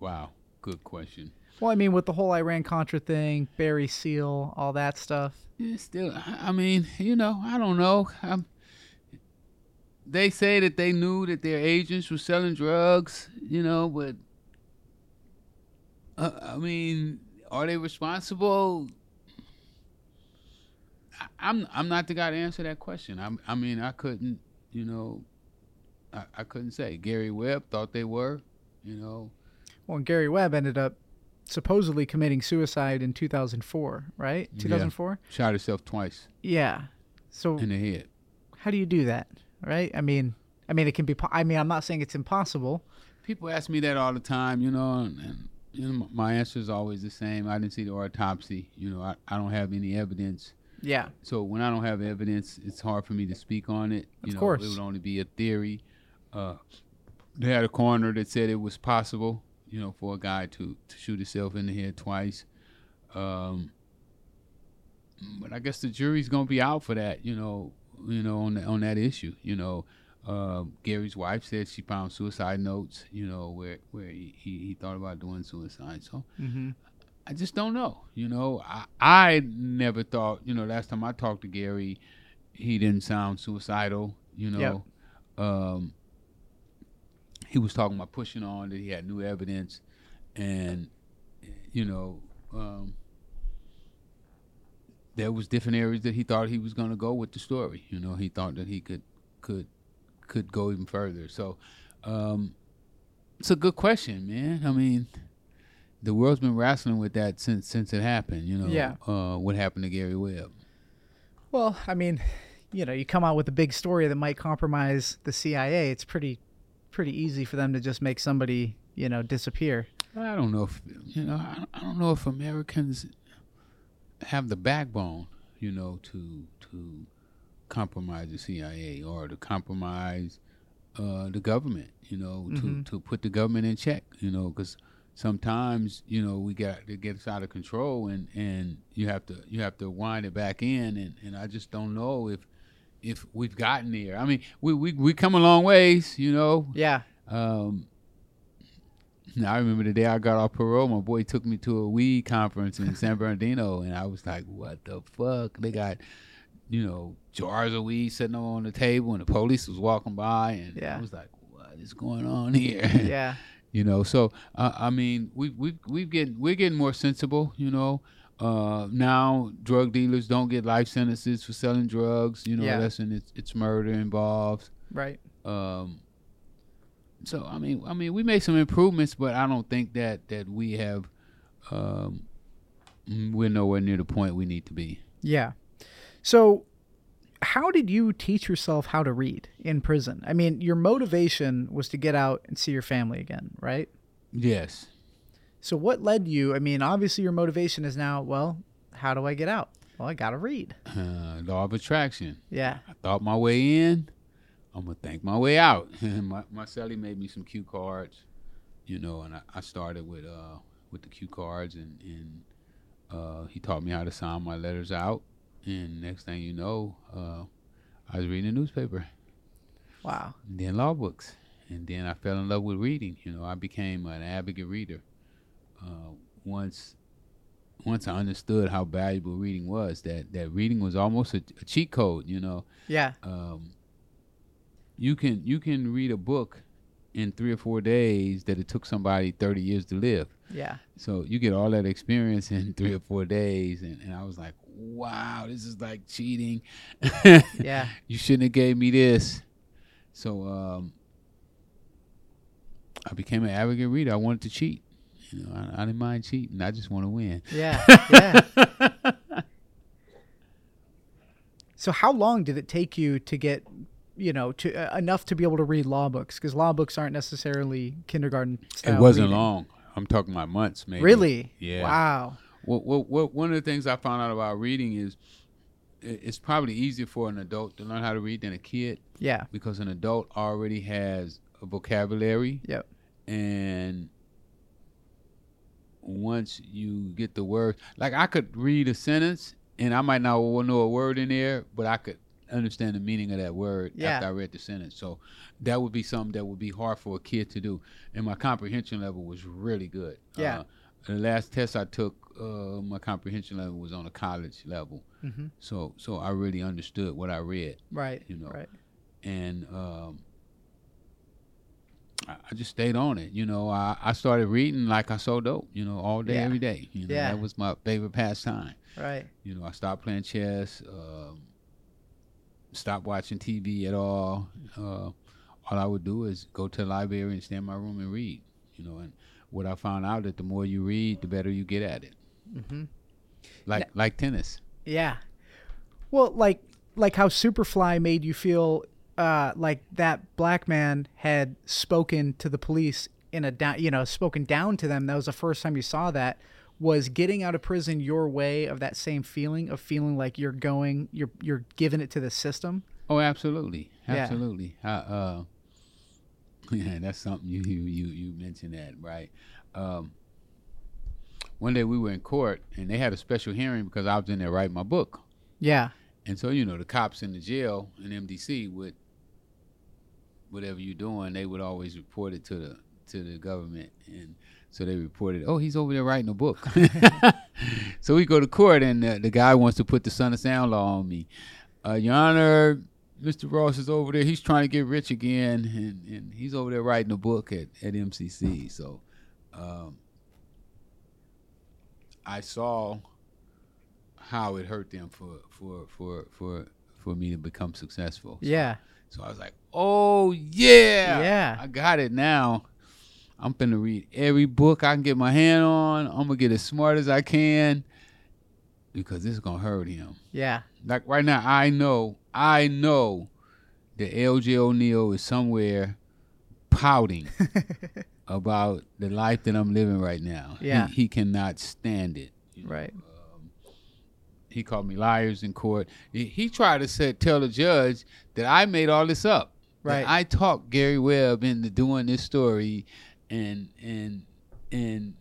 Speaker 2: wow, good question.
Speaker 1: Well, I mean, with the whole Iran Contra thing, Barry Seal, all that stuff.
Speaker 2: Yeah, still, I I mean, you know, I don't know. i they say that they knew that their agents were selling drugs, you know, but uh, I mean, are they responsible? I, I'm I'm not the guy to answer that question. I I mean, I couldn't, you know, I, I couldn't say. Gary Webb thought they were, you know.
Speaker 1: Well, and Gary Webb ended up supposedly committing suicide in 2004, right?
Speaker 2: Yeah.
Speaker 1: 2004?
Speaker 2: Shot herself twice
Speaker 1: Yeah. So,
Speaker 2: in the head.
Speaker 1: how do you do that, right? I mean, I mean, it can be. Po- I mean, I'm not saying it's impossible.
Speaker 2: People ask me that all the time, you know, and, and you know, my answer is always the same. I didn't see the autopsy. You know, I, I don't have any evidence.
Speaker 1: Yeah.
Speaker 2: So when I don't have evidence, it's hard for me to speak on it. You
Speaker 1: Of
Speaker 2: know,
Speaker 1: course.
Speaker 2: It would only be a theory. Uh, they had a coroner that said it was possible, you know, for a guy to, to shoot himself in the head twice. Um, but I guess the jury's gonna be out for that, you know, you know, on on that issue, you know. Uh, Gary's wife said she found suicide notes, you know, where where he, he, he thought about doing suicide. So
Speaker 1: Mm-hmm.
Speaker 2: I just don't know. You know, I, I never thought, you know, last time I talked to Gary, he didn't sound suicidal, you know. Um, he was talking about pushing on that he had new evidence and, you know, um, there was different areas that he thought he was going to go with the story. You know, he thought that he could could could go even further. So, um, it's a good question, man. I mean, the world's been wrestling with that since since it happened. You know,
Speaker 1: Yeah.
Speaker 2: uh, what happened to Gary Webb?
Speaker 1: Well, I mean, you know, you come out with a big story that might compromise the CIA. It's pretty, pretty easy for them to just make somebody, you know, disappear.
Speaker 2: I don't know if you know. I don't- I don't know if Americans have the backbone, you know, to to compromise the CIA or to compromise uh, the government, you know,
Speaker 1: Mhm.
Speaker 2: to to put the government in check, you know, because sometimes you know we got it gets out of control and and you have to you have to wind it back in and and I just don't know if if we've gotten there. I mean, we we we come a long ways, you know.
Speaker 1: Yeah.
Speaker 2: Um, now I remember the day I got off parole, my boy took me to a weed conference in San Bernardino, and I was like, "What the fuck?" They got, you know, jars of weed sitting on the table, and the police was walking by, and
Speaker 1: Yeah.
Speaker 2: I was like, "What what is going on here?
Speaker 1: yeah.
Speaker 2: you know so uh, i mean we we we get we're getting more sensible you know uh now drug dealers don't get life sentences for selling drugs you know
Speaker 1: Yeah.
Speaker 2: that's and it's, it's murder involved
Speaker 1: Right.
Speaker 2: um so i mean i mean we made some improvements but i don't think that that we have um mm, we're nowhere near the point we need to be
Speaker 1: Yeah. So, how did you teach yourself how to read in prison? I mean, your motivation was to get out and see your family again, right?
Speaker 2: yes
Speaker 1: So, what led you? I mean, obviously, your motivation is now, well, how do I get out? Well, I got to read.
Speaker 2: uh, law of attraction
Speaker 1: Yeah.
Speaker 2: I thought my way in. I'm gonna think my way out. my my cellie made me some cue cards, you know, and I, I started with uh with the cue cards, and and uh, he taught me how to sign my letters out. And next thing you know, uh, I was reading the newspaper,
Speaker 1: Wow.
Speaker 2: and then law books, and then I fell in love with reading. You know, I became an advocate reader. Uh, once once I understood how valuable reading was, that that reading was almost a, a cheat code. You know
Speaker 1: Yeah.
Speaker 2: um, you can you can read a book in three or four days that it took somebody 30 years to live
Speaker 1: Yeah.
Speaker 2: so you get all that experience in three or four days and, and i was like wow this is like cheating
Speaker 1: Yeah.
Speaker 2: you shouldn't have gave me this so um, i became an arrogant reader i wanted to cheat you know i, I didn't mind cheating i just want to win
Speaker 1: Yeah. Yeah. So how long did it take you to get, you know, to uh, enough to be able to read law books? Because law books aren't necessarily kindergarten.
Speaker 2: it
Speaker 1: style
Speaker 2: wasn't
Speaker 1: reading.
Speaker 2: long i'm talking about months maybe
Speaker 1: Really?
Speaker 2: Yeah.
Speaker 1: Wow.
Speaker 2: Well, well, well, one of the things I found out about reading is i- it's probably easier for an adult to learn how to read than a kid
Speaker 1: Yeah.
Speaker 2: because an adult already has a vocabulary.
Speaker 1: Yep.
Speaker 2: And once you get the words, like I could read a sentence and I might not wa- know a word in there, but I could understand the meaning of that word
Speaker 1: Yeah.
Speaker 2: after I read the sentence. So that would be something that would be hard for a kid to do. And my comprehension level was really good.
Speaker 1: Yeah.
Speaker 2: Uh, the last test I took, uh, my comprehension level was on a college level.
Speaker 1: hmm
Speaker 2: So so I really understood what I read
Speaker 1: Right.
Speaker 2: You know.
Speaker 1: Right.
Speaker 2: and um, I, I just stayed on it. You know, I, I started reading like I sold dope. You know, all day,
Speaker 1: Yeah.
Speaker 2: every day. You know,
Speaker 1: Yeah.
Speaker 2: that was my favorite pastime.
Speaker 1: Right.
Speaker 2: You know, I stopped playing chess, um, stopped watching TV at all. Uh, all I would do is go to the library and stay in my room and read. You know, and what I found out that the more you read, the better you get at it.
Speaker 1: hmm
Speaker 2: Like like tennis.
Speaker 1: Yeah. Well, like like how Superfly made you feel uh, like that black man had spoken to the police in a down, you know, spoken down to them. That was the first time you saw that. Was getting out of prison your way of that same feeling of feeling like you're going, you're you're giving it to the system.
Speaker 2: Oh, absolutely,
Speaker 1: Yeah.
Speaker 2: absolutely. I, uh, yeah, that's something you you you, you mentioned that right. Um, one day we were in court and they had a special hearing because I was in there writing my book,
Speaker 1: Yeah.
Speaker 2: and so you know the cops in the jail in MDC would whatever you're doing, they would always report it to the to the government, and so they reported, "Oh, he's over there writing a book." so we go to court, and the, the guy wants to put the son of sound law on me. Uh, Your Honor, Mr. Ross is over there. He's trying to get rich again, and, and he's over there writing a book at at MCC. So, um, I saw how it hurt them for for for for for me to become successful.
Speaker 1: Yeah.
Speaker 2: So I was like, oh yeah,
Speaker 1: Yeah.
Speaker 2: I got it now. I'm finna read every book I can get my hand on. I'm gonna get as smart as I can because this is gonna hurt him.
Speaker 1: Yeah.
Speaker 2: Like right now, I know, I know that LJ O'Neal is somewhere pouting about the life that I'm living right now. He-
Speaker 1: Yeah.
Speaker 2: he, cannot stand it.
Speaker 1: Right.
Speaker 2: Um, he called me liars in court. He, he tried to say, tell the judge that I made all this up.
Speaker 1: Right.
Speaker 2: That I talked Gary Webb into doing this story, and and and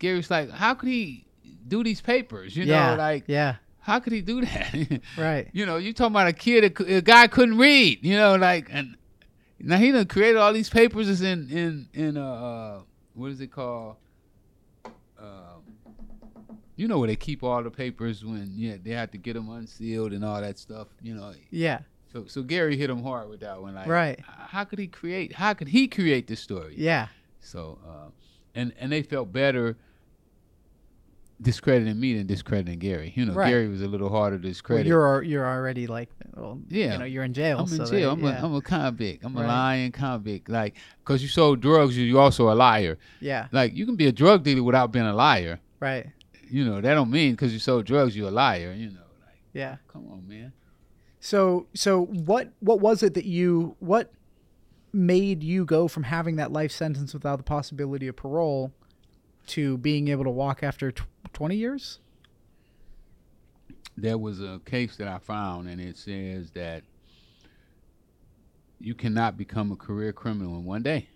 Speaker 2: Gary's like, how could he do these papers? You
Speaker 1: yeah.
Speaker 2: know, like
Speaker 1: yeah.
Speaker 2: how could he do that?
Speaker 1: Right.
Speaker 2: you know, you talking about a kid, that cou- a guy couldn't read. You know, like and now he done created all these papers is in in in uh, uh what is it called? Uh, you know where they keep all the papers when yeah they have to get them unsealed and all that stuff. You know,
Speaker 1: Yeah.
Speaker 2: So so Gary hit him hard with that one. Like,
Speaker 1: Right.
Speaker 2: h- How could he create? How could he create this story?
Speaker 1: Yeah.
Speaker 2: So uh, and and they felt better discrediting me than discrediting Gary. You know,
Speaker 1: Right.
Speaker 2: Gary was a little harder to
Speaker 1: Well,
Speaker 2: discredit.
Speaker 1: you're al- you're already like, well,
Speaker 2: Yeah.
Speaker 1: You know, you're in jail.
Speaker 2: I'm in
Speaker 1: so
Speaker 2: jail.
Speaker 1: that-
Speaker 2: I'm,
Speaker 1: yeah.
Speaker 2: a, I'm a convict. I'm
Speaker 1: Right.
Speaker 2: a lying convict. Like, cause you sold drugs, you you also a liar.
Speaker 1: yeah.
Speaker 2: Like, you can be a drug dealer without being a liar.
Speaker 1: Right.
Speaker 2: You know, that don't mean cause you sold drugs, you a liar. You know, like,
Speaker 1: Yeah.
Speaker 2: come on, man.
Speaker 1: So so what what was it that you what made you go from having that life sentence without the possibility of parole to being able to walk after tw- 20 years?
Speaker 2: There was a case that I found, and it says that you cannot become a career criminal in one day.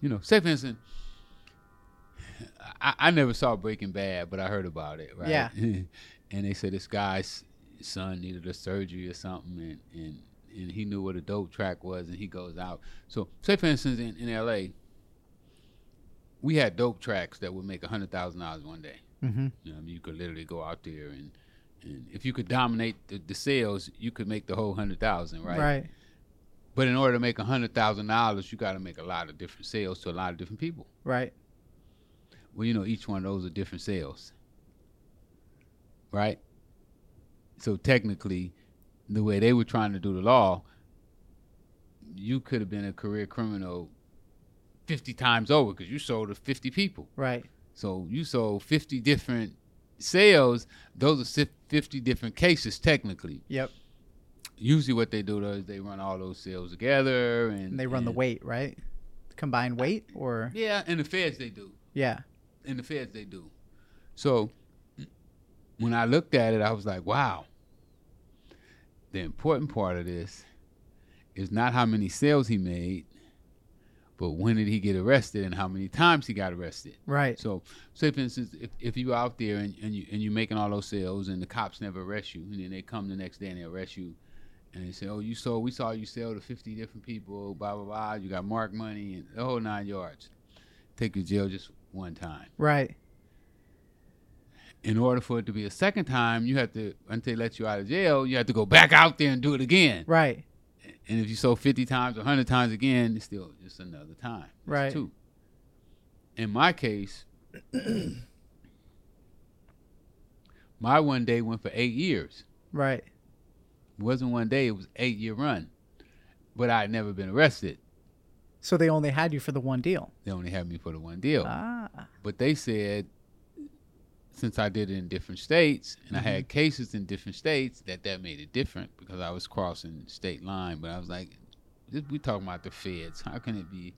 Speaker 2: You know, say for instance, I, I never saw Breaking Bad, but I heard about it, right?
Speaker 1: Yeah.
Speaker 2: and they said this guy's son needed a surgery or something, and, and, and he knew what a dope track was, and he goes out. So, say for instance, in, in LA, we had dope tracks that would make $100,000 one day.
Speaker 1: Mhm.
Speaker 2: You, know, I mean, you could literally go out there and, and if you could dominate the, the sales, you could make the whole hundred thousand, right?
Speaker 1: Right.
Speaker 2: But in order to make a hundred thousand dollars, you got to make a lot of different sales to a lot of different people.
Speaker 1: Right.
Speaker 2: Well, you know, each one of those are different sales, right? So technically, the way they were trying to do the law, you could have been a career criminal fifty times over because you sold to fifty people.
Speaker 1: Right.
Speaker 2: So you sold 50 different sales. Those are si- 50 different cases technically.
Speaker 1: Yep.
Speaker 2: Usually what they do though is they run all those sales together and,
Speaker 1: And they run the
Speaker 2: and-
Speaker 1: weight, right? Combined weight or
Speaker 2: Yeah, in the feds they do.
Speaker 1: yeah.
Speaker 2: In the feds they do. So when I looked at it, I was like, wow. The important part of this is not how many sales he made, but when did he get arrested and how many times he got arrested.
Speaker 1: Right.
Speaker 2: So, say for instance, if, if you out there and, and you and you're making all those sales and the cops never arrest you, and then they come the next day and they arrest you, and they say, "Oh, you sold, we saw you sell to 50 different people, blah blah blah. You got mark money and the whole nine yards. Take you to jail just one time.
Speaker 1: Right.
Speaker 2: In order for it to be a second time, you have to until they let you out of jail, you have to go back out there and do it again.
Speaker 1: Right.
Speaker 2: And if you sold 50 times, 100 times again, it's still just another time. That's
Speaker 1: Right.
Speaker 2: Two. In my case, my one day went for eight years.
Speaker 1: Right.
Speaker 2: It wasn't one day, it was eight year run. But I had never been arrested.
Speaker 1: So they only had you for the one deal.
Speaker 2: They only had me for the one deal.
Speaker 1: Ah.
Speaker 2: but they said, since I did it in different states and I had cases in different states, that that made it different because I was crossing state line. But I was like, this, we talking about the feds. How can it be,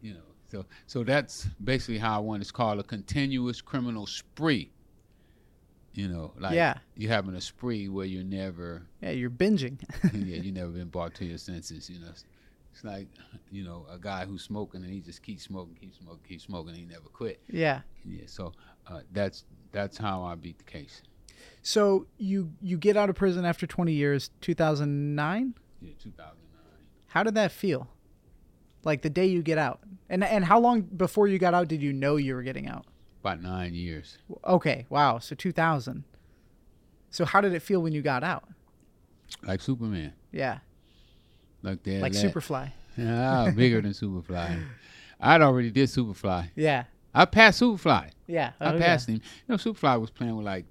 Speaker 2: you know? So so that's basically how I want. It's called a continuous criminal spree. You know, like
Speaker 1: Yeah.
Speaker 2: you having a spree where you're never
Speaker 1: Yeah, you're binging.
Speaker 2: yeah, you never been brought to your senses, you know. It's, it's like, you know, a guy who's smoking and he just keeps smoking, keeps smoking, keeps smoking, and he never quit.
Speaker 1: yeah.
Speaker 2: Yeah, so uh, that's that's how I beat the case.
Speaker 1: So you you get out of prison after 20 years, 2009?
Speaker 2: Yeah, 2009.
Speaker 1: How did that feel? Like the day you get out. And and how long before you got out did you know you were getting out?
Speaker 2: About nine years.
Speaker 1: Okay, wow. So 2000. So how did it feel when you got out?
Speaker 2: Like Superman.
Speaker 1: Yeah.
Speaker 2: Like that.
Speaker 1: Like Superfly.
Speaker 2: Ah, bigger than Superfly. I'd already did Superfly.
Speaker 1: Yeah.
Speaker 2: I passed Superfly.
Speaker 1: Yeah.
Speaker 2: I
Speaker 1: Oh,
Speaker 2: passed him. You know, Superfly was playing with like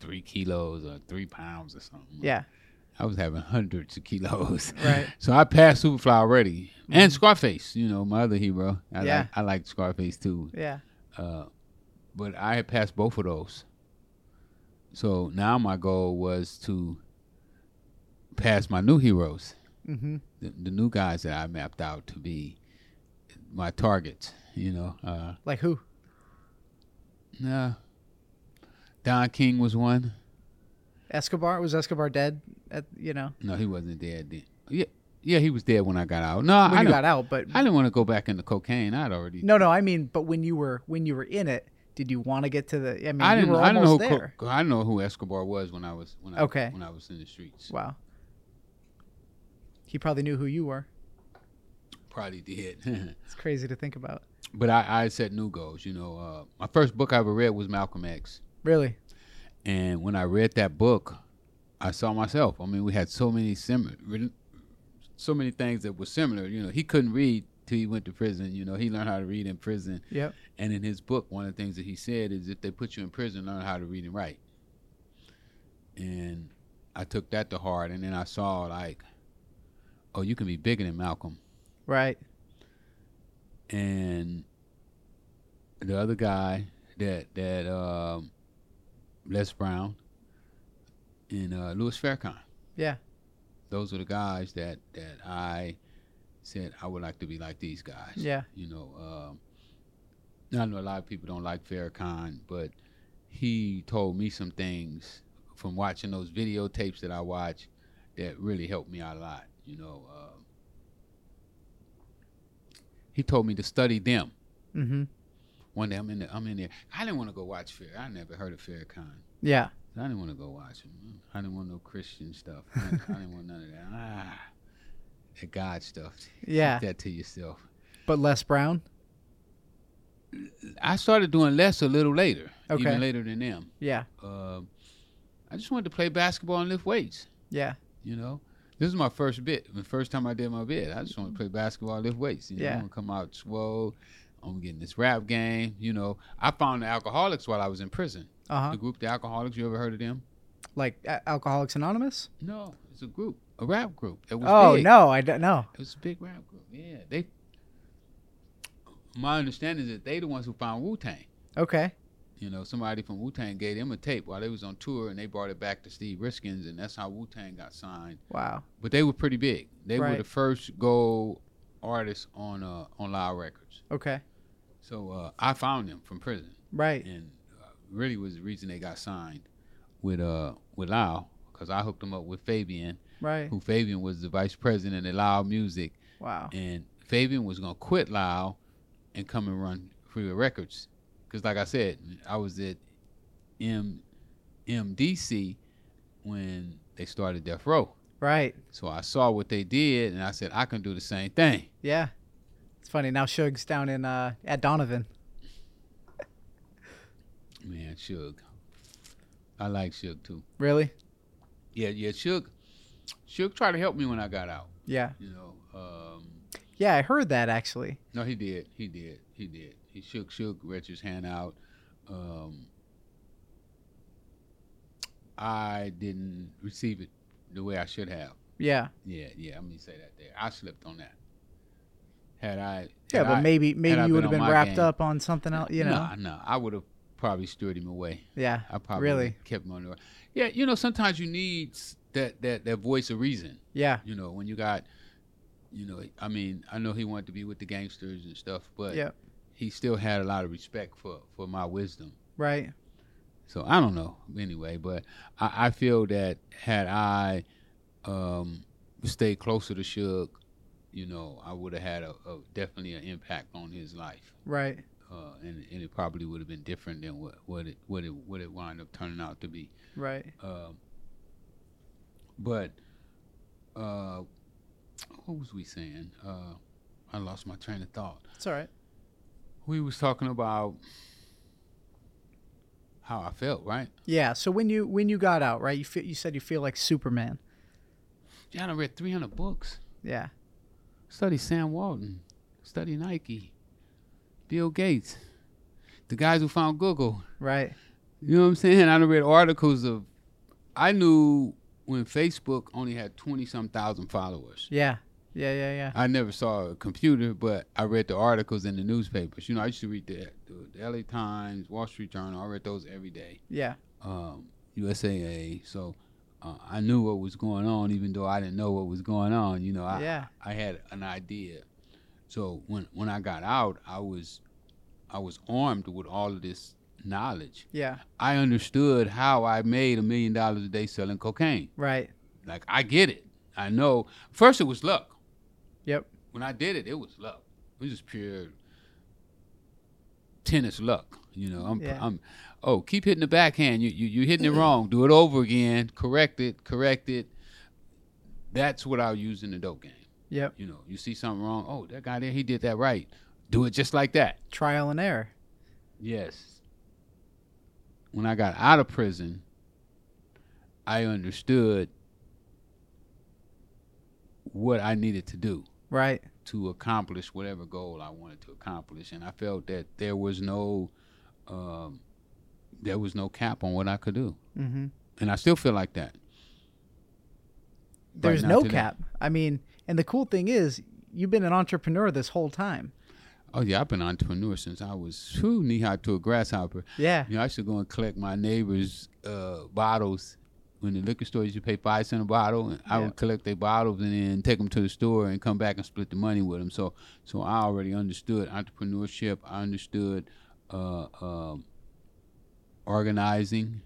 Speaker 2: three kilos or three pounds or something.
Speaker 1: Yeah.
Speaker 2: I was having hundreds of kilos.
Speaker 1: Right. Mm.
Speaker 2: So I passed Superfly already. And Scarface, you know, my other hero. I
Speaker 1: Yeah.
Speaker 2: Like, I liked Scarface too.
Speaker 1: Yeah. Yeah.
Speaker 2: Uh, but I had passed both of those. So now my goal was to pass my new heroes,
Speaker 1: Mm-hmm.
Speaker 2: the, the new guys that I mapped out to be my targets. You know, uh,
Speaker 1: Like who?
Speaker 2: nah. Don King was one.
Speaker 1: Escobar was Escobar dead at you know
Speaker 2: No, he wasn't dead then. Yeah, yeah, he was dead when I got out. No,
Speaker 1: when
Speaker 2: I,
Speaker 1: you
Speaker 2: don't,
Speaker 1: got out, but
Speaker 2: I didn't want to go back into cocaine. I'd already.
Speaker 1: no, no, I mean, but when you were when you were in it, did you want to get to the? I mean,
Speaker 2: I
Speaker 1: you
Speaker 2: didn't.
Speaker 1: were
Speaker 2: I didn't know.
Speaker 1: almost
Speaker 2: Who,
Speaker 1: there.
Speaker 2: Co- I didn't know who Escobar was when I was when I
Speaker 1: Okay.
Speaker 2: when I was in the streets.
Speaker 1: Wow. He probably knew who you were.
Speaker 2: Probably did.
Speaker 1: It's crazy to think about.
Speaker 2: but I, I set new goals. You know, uh, my first book I ever read was Malcolm X,
Speaker 1: Really?
Speaker 2: and when I read that book, I saw myself. I mean, we had so many similar, so many things that were similar. You know, he couldn't read till he went to prison. You know, he learned how to read in prison.
Speaker 1: Yep.
Speaker 2: And in his book, one of the things that he said is, if they put you in prison, learn how to read and write. And I took that to heart, and then I saw like, oh, you can be bigger than Malcolm.
Speaker 1: Right.
Speaker 2: And the other guy that that um, Les Brown and uh, Louis Farrakhan.
Speaker 1: Yeah.
Speaker 2: Those are the guys that that I said I would like to be like these guys.
Speaker 1: Yeah.
Speaker 2: You know, um, now I know a lot of people don't like Farrakhan, but he told me some things from watching those videotapes that I watch that really helped me out a lot. You know, um he told me to study them.
Speaker 1: Mm-hmm.
Speaker 2: One day I'm in the, I'm in there. I didn't want to go watch Fair. I never heard of Farrakhan.
Speaker 1: Yeah.
Speaker 2: I didn't want to go watch him. I didn't want no Christian stuff. I didn't, I didn't want none of that. Ah, that God stuff.
Speaker 1: Yeah.
Speaker 2: Keep that to yourself.
Speaker 1: But Les Brown.
Speaker 2: I started doing less a little later,
Speaker 1: Okay.
Speaker 2: even later than them.
Speaker 1: Yeah.
Speaker 2: Um, I just wanted to play basketball and lift weights.
Speaker 1: Yeah.
Speaker 2: You know, this is my first bit. The first time I did my bit, I just want to play basketball, and lift weights. You know,
Speaker 1: Yeah.
Speaker 2: I'm gonna come out swole. I'm getting this rap game. You know, I found the Alcoholics while I was in prison.
Speaker 1: Uh huh.
Speaker 2: The group, the Alcoholics. You ever heard of them?
Speaker 1: Like A- Alcoholics Anonymous.
Speaker 2: No, it's a group, a rap group. That was
Speaker 1: Oh
Speaker 2: big.
Speaker 1: no, I don't know.
Speaker 2: It was a big rap group. Yeah, they. My understanding is that they the ones who found Wu Tang.
Speaker 1: Okay.
Speaker 2: You know, somebody from Wu Tang gave them a tape while they was on tour, and they brought it back to Steve Riskins, and that's how Wu Tang got signed.
Speaker 1: Wow.
Speaker 2: But they were pretty big. They
Speaker 1: Right.
Speaker 2: were the first gold artists on uh, on Loud Records.
Speaker 1: Okay.
Speaker 2: So uh, I found them from prison,
Speaker 1: Right.
Speaker 2: and uh, really was the reason they got signed with uh with Loud because I hooked them up with Fabian,
Speaker 1: Right.
Speaker 2: who Fabian was the vice president at Loud Music,
Speaker 1: Wow.
Speaker 2: and Fabian was gonna quit Lyle and come and run Freeway Records, because like I said, I was at M MDC when they started Death Row,
Speaker 1: Right.
Speaker 2: so I saw what they did, and I said I can do the same thing.
Speaker 1: Yeah. It's funny now. Shug's down in uh at Donovan.
Speaker 2: Man, Suge, I like Suge too.
Speaker 1: Really?
Speaker 2: Yeah, yeah, Suge, Suge tried to help me when I got out.
Speaker 1: Yeah.
Speaker 2: You know, um,
Speaker 1: Yeah, I heard that actually.
Speaker 2: No, he did. He did. He did. He shook shook Richard's hand out. Um, I didn't receive it the way I should have.
Speaker 1: Yeah.
Speaker 2: Yeah, yeah. I'm gonna say that there. I slipped on that. Had I,
Speaker 1: Yeah,
Speaker 2: had
Speaker 1: but
Speaker 2: I-
Speaker 1: maybe maybe
Speaker 2: I
Speaker 1: you
Speaker 2: been
Speaker 1: would have
Speaker 2: on
Speaker 1: been
Speaker 2: my
Speaker 1: wrapped
Speaker 2: game.
Speaker 1: up on something else, you know.
Speaker 2: Nah, nah, I would have probably steered him away.
Speaker 1: Yeah.
Speaker 2: I probably
Speaker 1: Really?
Speaker 2: would've kept him on the. Yeah, you know, sometimes you need s- that that that voice of reason.
Speaker 1: Yeah.
Speaker 2: You know, when you got, you know, I mean, I know he wanted to be with the gangsters and stuff, but
Speaker 1: Yeah.
Speaker 2: he still had a lot of respect for for my wisdom.
Speaker 1: Right.
Speaker 2: So I don't know anyway, but I, I feel that had I um, stayed closer to Suge, you know, I would have had a, a definitely an impact on his life,
Speaker 1: Right.
Speaker 2: uh, and and it probably would have been different than what what it what it what it wound up turning out to be.
Speaker 1: Right.
Speaker 2: Um, but uh, what was we saying? Uh, I lost my train of thought.
Speaker 1: It's all right.
Speaker 2: we was talking about how I felt, right?
Speaker 1: Yeah. So when you when you got out, right? You feel, you said you feel like Superman.
Speaker 2: John, I read 300 books.
Speaker 1: Yeah.
Speaker 2: Study Sam Walton. Study Nike. Bill Gates. The guys who found Google.
Speaker 1: Right.
Speaker 2: You know what I'm saying? I done read articles of. I knew when Facebook only had 20 some thousand followers.
Speaker 1: Yeah. Yeah. Yeah. Yeah.
Speaker 2: I never saw a computer, but I read the articles in the newspapers. You know, I used to read the, the LA Times, Wall Street Journal. I read those every day.
Speaker 1: Yeah.
Speaker 2: um, USAA. So uh, I knew what was going on, even though I didn't know what was going on. You know, I,
Speaker 1: yeah.
Speaker 2: I had an idea. So when when I got out, I was I was armed with all of this knowledge.
Speaker 1: Yeah.
Speaker 2: I understood how I made a million dollars a day selling cocaine.
Speaker 1: Right.
Speaker 2: Like I get it. I know. First, it was luck.
Speaker 1: Yep.
Speaker 2: When I did it, it was luck. It was just pure tennis luck. You know, I'm,
Speaker 1: Yeah.
Speaker 2: I'm. Oh, keep hitting the backhand. You, you, you hitting it wrong. Do it over again. Correct it. Correct it. That's what I'll use in the dope game.
Speaker 1: Yep.
Speaker 2: You know, you see something wrong. Oh, that guy there, he did that right. Do it just like that.
Speaker 1: Trial and error.
Speaker 2: Yes. When I got out of prison, I understood what I needed to do
Speaker 1: Right.
Speaker 2: to accomplish whatever goal I wanted to accomplish, and I felt that there was no um, there was no cap on what I could do,
Speaker 1: Mm-hmm.
Speaker 2: and I still feel like that. Right
Speaker 1: There's
Speaker 2: now
Speaker 1: no
Speaker 2: today.
Speaker 1: cap. I mean, and the cool thing is, you've been an entrepreneur this whole time.
Speaker 2: Oh yeah, I've been an entrepreneur since I was knee high to a grasshopper.
Speaker 1: Yeah.
Speaker 2: You know, I used to go and collect my neighbors' uh, bottles. When the liquor store used to pay five cent a bottle, and I
Speaker 1: Yeah.
Speaker 2: would collect their bottles and then take them to the store and come back and split the money with them. So, so I already understood entrepreneurship. I understood uh, um organizing.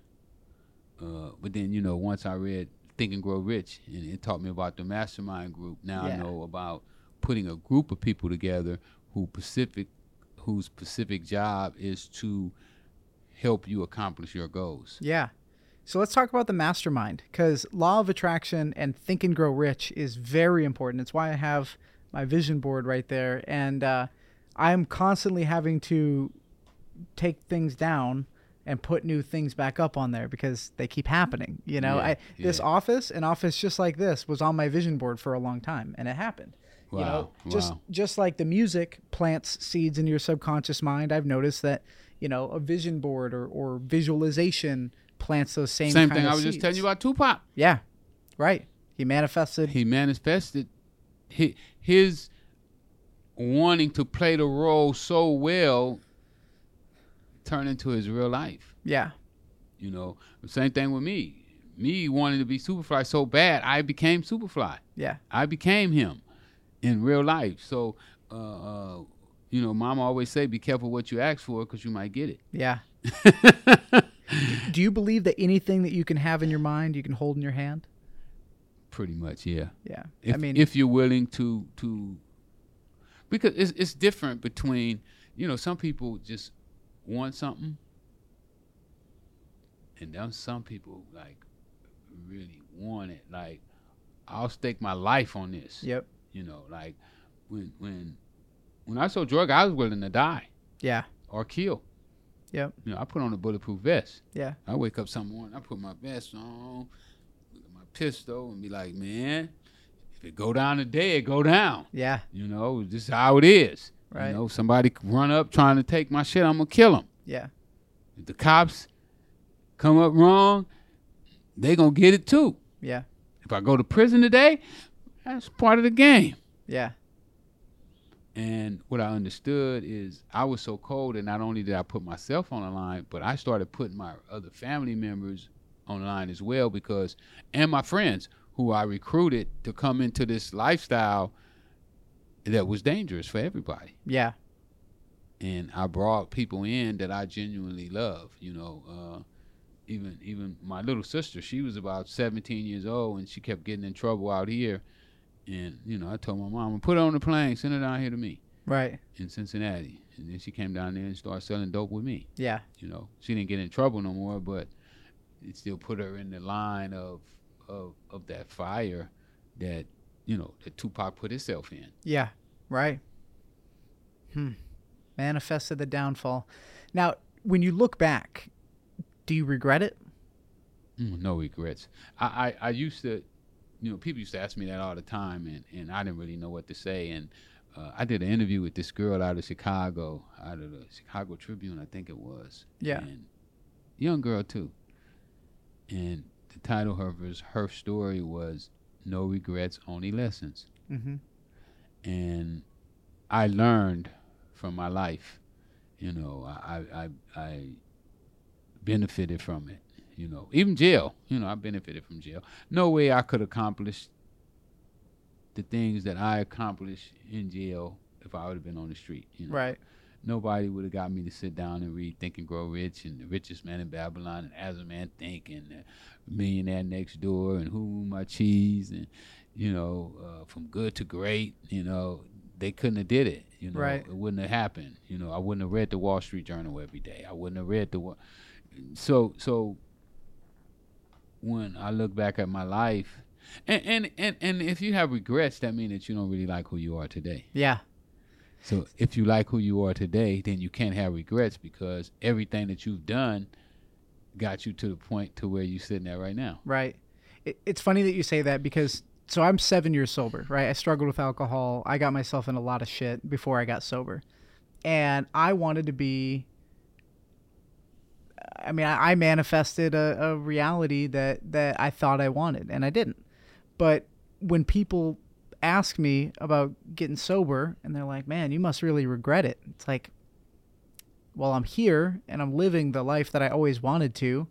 Speaker 2: Uh, but then, you know, once I read Think and Grow Rich, and it taught me about the mastermind group. Now I
Speaker 1: Yeah.
Speaker 2: know about putting a group of people together who Pacific, whose specific job is to help you accomplish your goals.
Speaker 1: Yeah. So let's talk about the mastermind because law of attraction and think and grow rich is very important. It's why I have my vision board right there. And uh, I'm constantly having to take things down and put new things back up on there because they keep happening. You know,
Speaker 2: Yeah,
Speaker 1: I, this
Speaker 2: yeah.
Speaker 1: office, an office just like this, was on my vision board for a long time and it happened.
Speaker 2: Wow.
Speaker 1: You know, just
Speaker 2: wow.
Speaker 1: just like the music plants seeds into your subconscious mind, I've noticed that you know a vision board or, or visualization plants those same
Speaker 2: Same
Speaker 1: kind
Speaker 2: thing
Speaker 1: of
Speaker 2: I was just telling
Speaker 1: seeds.
Speaker 2: you about Tupac.
Speaker 1: Yeah, right. He manifested.
Speaker 2: He manifested hi- his wanting to play the role so well turned into his real life.
Speaker 1: yeah,
Speaker 2: You know, same thing with me. Me wanting to be Superfly so bad, I became Superfly.
Speaker 1: yeah,
Speaker 2: I became him in real life. So, uh, uh, you know, Mama always say, "Be careful what you ask for, because you might get
Speaker 1: yeah.
Speaker 2: it."
Speaker 1: Do you believe that anything that you can have in your mind, you can hold in your hand?
Speaker 2: Pretty much, yeah.
Speaker 1: Yeah.
Speaker 2: If,
Speaker 1: I mean,
Speaker 2: if you're willing to to, because it's it's different between you know some people just want something, and then some people like really want it. Like I'll stake my life on this.
Speaker 1: yep.
Speaker 2: You know, like when when when I sold drug, I was willing to die
Speaker 1: Yeah.
Speaker 2: or kill.
Speaker 1: Yep.
Speaker 2: You know, I put on a bulletproof vest.
Speaker 1: Yeah.
Speaker 2: I wake up some morning, I put my vest on, look at my pistol, and be like, man, if it go down today, it go down.
Speaker 1: Yeah.
Speaker 2: You know, this is how it is.
Speaker 1: Right.
Speaker 2: You know, somebody c- run up trying to take my shit, I'm gonna kill them.
Speaker 1: Yeah.
Speaker 2: If the cops come up wrong, they gonna get it too.
Speaker 1: Yeah.
Speaker 2: If I go to prison today, that's part of the game.
Speaker 1: Yeah.
Speaker 2: And what I understood is I was so cold, and not only did I put myself on the line, but I started putting my other family members on the line as well because, and my friends who I recruited to come into this lifestyle that was dangerous for everybody.
Speaker 1: Yeah.
Speaker 2: And I brought people in that I genuinely love, you know. Uh, even even my little sister, she was about 17 years old, and she kept getting in trouble out here. And you know, I told my mom, "Put her on the plane, send her down here to me."
Speaker 1: Right.
Speaker 2: in Cincinnati, and then she came down there and started selling dope with me.
Speaker 1: Yeah.
Speaker 2: You know, she didn't get in trouble no more, but it still put her in the line of of of that fire that you know that Tupac put himself in.
Speaker 1: Yeah, right. Hmm. Manifested the downfall. Now, when you look back, do you regret it?
Speaker 2: Mm, No regrets. I, I I used to, you know, people used to ask me that all the time, and and I didn't really know what to say. And uh, I did an interview with this girl out of Chicago, out of the Chicago Tribune, I think it was.
Speaker 1: Yeah.
Speaker 2: And young girl too. And the title of her her story was "No Regrets, Only Lessons."
Speaker 1: Mm-hmm.
Speaker 2: and I learned from my life. You know, I I, I, I benefited from it. You know, even jail. You know, I benefited from jail. No way I could accomplish the things that I accomplished in jail if I would have been on the street. You know,
Speaker 1: Right.
Speaker 2: nobody would have got me to sit down and read Think and Grow Rich and The Richest Man in Babylon and As a Man Think and The Millionaire Next Door and Who My Cheese and you know uh, From Good to Great. You know they couldn't have did it. You know
Speaker 1: Right.
Speaker 2: it wouldn't have happened. You know I wouldn't have read the Wall Street Journal every day. I wouldn't have read the. Wa- So so when I look back at my life. And, and and and if you have regrets, that means that you don't really like who you are today.
Speaker 1: Yeah.
Speaker 2: So if you like who you are today, then you can't have regrets because everything that you've done got you to the point to where you're sitting at right now.
Speaker 1: Right. It, it's funny that you say that because so I'm seven years sober, right? I struggled with alcohol. I got myself in a lot of shit before I got sober. And I wanted to be. I mean, I, I manifested a, a reality that, that I thought I wanted, and I didn't. But when people ask me about getting sober, and they're like, man, you must really regret it. It's like, well, I'm here and I'm living the life that I always wanted to,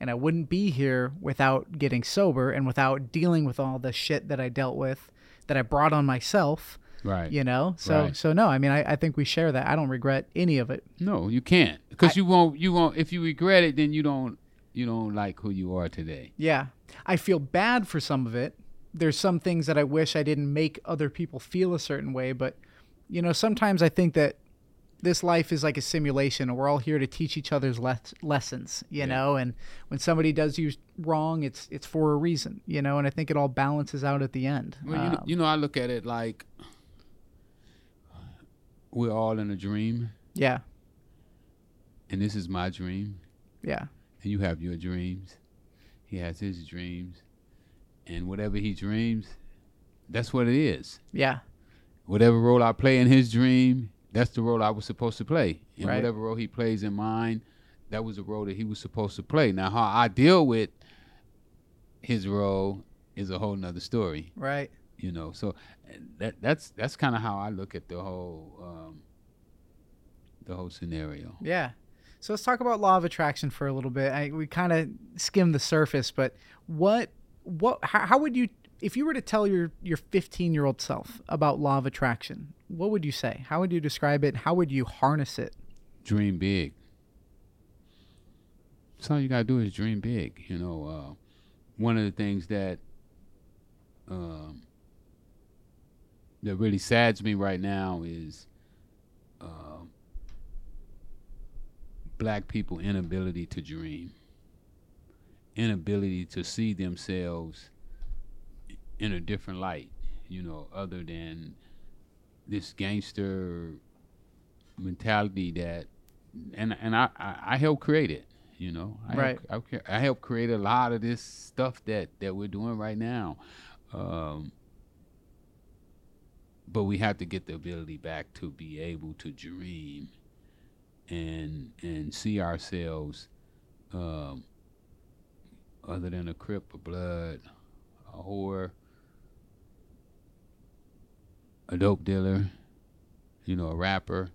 Speaker 1: and I wouldn't be here without getting sober and without dealing with all the shit that I dealt with that I brought on myself.
Speaker 2: Right.
Speaker 1: You know, so
Speaker 2: Right.
Speaker 1: so no, I mean, I, I think we share that. I don't regret any of it.
Speaker 2: No, you can't because you won't. You won't. If you regret it, then you don't. You don't like who you are today.
Speaker 1: Yeah, I feel bad for some of it. There's some things that I wish I didn't make other people feel a certain way, but you know, sometimes I think that this life is like a simulation and we're all here to teach each other's les- lessons, you
Speaker 2: Yeah.
Speaker 1: know, and when somebody does you wrong, it's it's for a reason, you know, and I think it all balances out at the end.
Speaker 2: Well, you, know,
Speaker 1: Um,
Speaker 2: you know, I look at it like we're all in a dream,
Speaker 1: yeah.
Speaker 2: and this is my dream,
Speaker 1: Yeah.
Speaker 2: and you have your dreams. He has his dreams, and whatever he dreams, that's what it is.
Speaker 1: Yeah.
Speaker 2: Whatever role I play in his dream, that's the role I was supposed to play, and
Speaker 1: Right.
Speaker 2: whatever role he plays in mine, that was the role that he was supposed to play. Now, how I deal with his role is a whole nother story.
Speaker 1: Right.
Speaker 2: you know so uh, that that's that's kind of how i look at the whole um the whole scenario
Speaker 1: Yeah. So let's talk about law of attraction for a little bit. I, we kind of skimmed the surface, but what what how, how would you if you were to tell your your 15 year old self about law of attraction? What would you say? How would you describe it? How would you harness it?
Speaker 2: dream big so all you gotta do is dream big you know uh one of the things that um that really sads me right now is um black people inability to dream inability to see themselves in a different light, you know, other than this gangster mentality that, and and I I, I helped create it, you know, I
Speaker 1: Right.
Speaker 2: Helped, I, I helped create a lot of this stuff that that we're doing right now, um, but we have to get the ability back to be able to dream, and and see ourselves. Um, other than a crip, a blood, a whore, a dope dealer, you know, a rapper.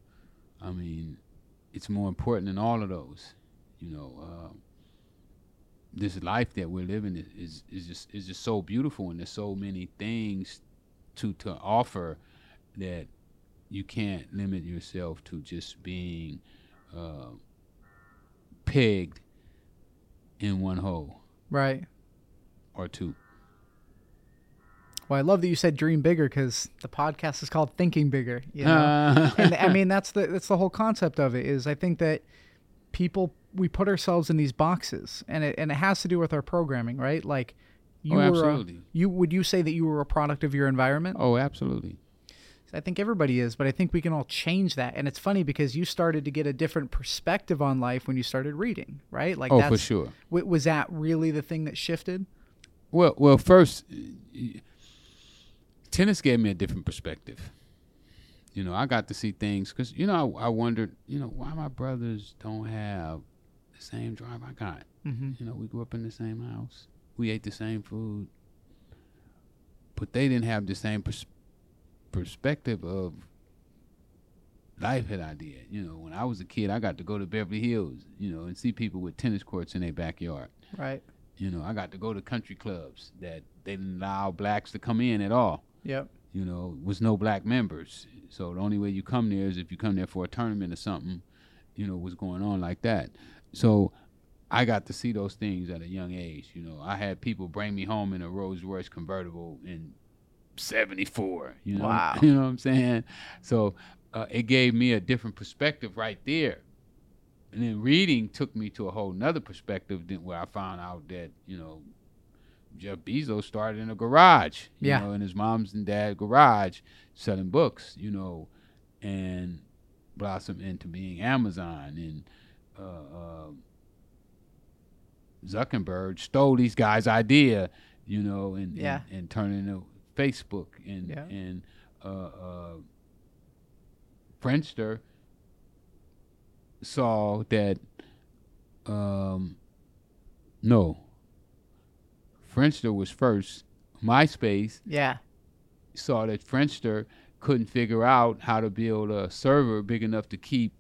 Speaker 2: I mean, it's more important than all of those. You know, um, this life that we're living is, is is just is just so beautiful, and there's so many things to to offer that you can't limit yourself to just being uh, pegged in one hole
Speaker 1: Right.
Speaker 2: or two.
Speaker 1: Well, I love that you said dream bigger because the podcast is called Thinking Bigger. You know? and I mean that's the that's the whole concept of it is I think that people we put ourselves in these boxes and it and it has to do with our programming, right? Like you
Speaker 2: oh,
Speaker 1: were a-
Speaker 2: absolutely.
Speaker 1: you would you say that you were a product of your environment?
Speaker 2: Oh, absolutely.
Speaker 1: I think everybody is, but I think we can all change that. And it's funny because you started to get a different perspective on life when you started reading, right? Like
Speaker 2: oh,
Speaker 1: that's
Speaker 2: for sure.
Speaker 1: wa- was that really the thing that shifted?
Speaker 2: Well, well, first, y- tennis gave me a different perspective. You know, I got to see things because you know I, I wondered, you know, why my brothers don't have the same drive I got.
Speaker 1: Mm-hmm.
Speaker 2: You know, we grew up in the same house, we ate the same food, but they didn't have the same pers- perspective of life that I did. You know, when I was a kid, I got to go to Beverly Hills, you know, and see people with tennis courts in their backyard.
Speaker 1: Right.
Speaker 2: You know, I got to go to country clubs that they didn't allow blacks to come in at all.
Speaker 1: Yep.
Speaker 2: You know, was no black members. So the only way you come there is if you come there for a tournament or something. You know, what's going on like that. So I got to see those things at a young age. You know, I had people bring me home in a Rolls Royce convertible in '74. You know,
Speaker 1: Wow.
Speaker 2: you know what I'm saying? So uh, it gave me a different perspective right there. And then reading took me to a whole nother perspective than where I found out that, you know, Jeff Bezos started in a garage, you
Speaker 1: Yeah.
Speaker 2: know, in his mom's and dad's garage selling books, you know, and blossomed into being Amazon and uh, uh, Zuckerberg stole these guys' idea, you know, and
Speaker 1: Yeah.
Speaker 2: and, and turned into Facebook and
Speaker 1: Yeah.
Speaker 2: and uh, uh, Friendster saw that um no Friendster was first. MySpace
Speaker 1: Yeah.
Speaker 2: saw that Friendster couldn't figure out how to build a server big enough to keep.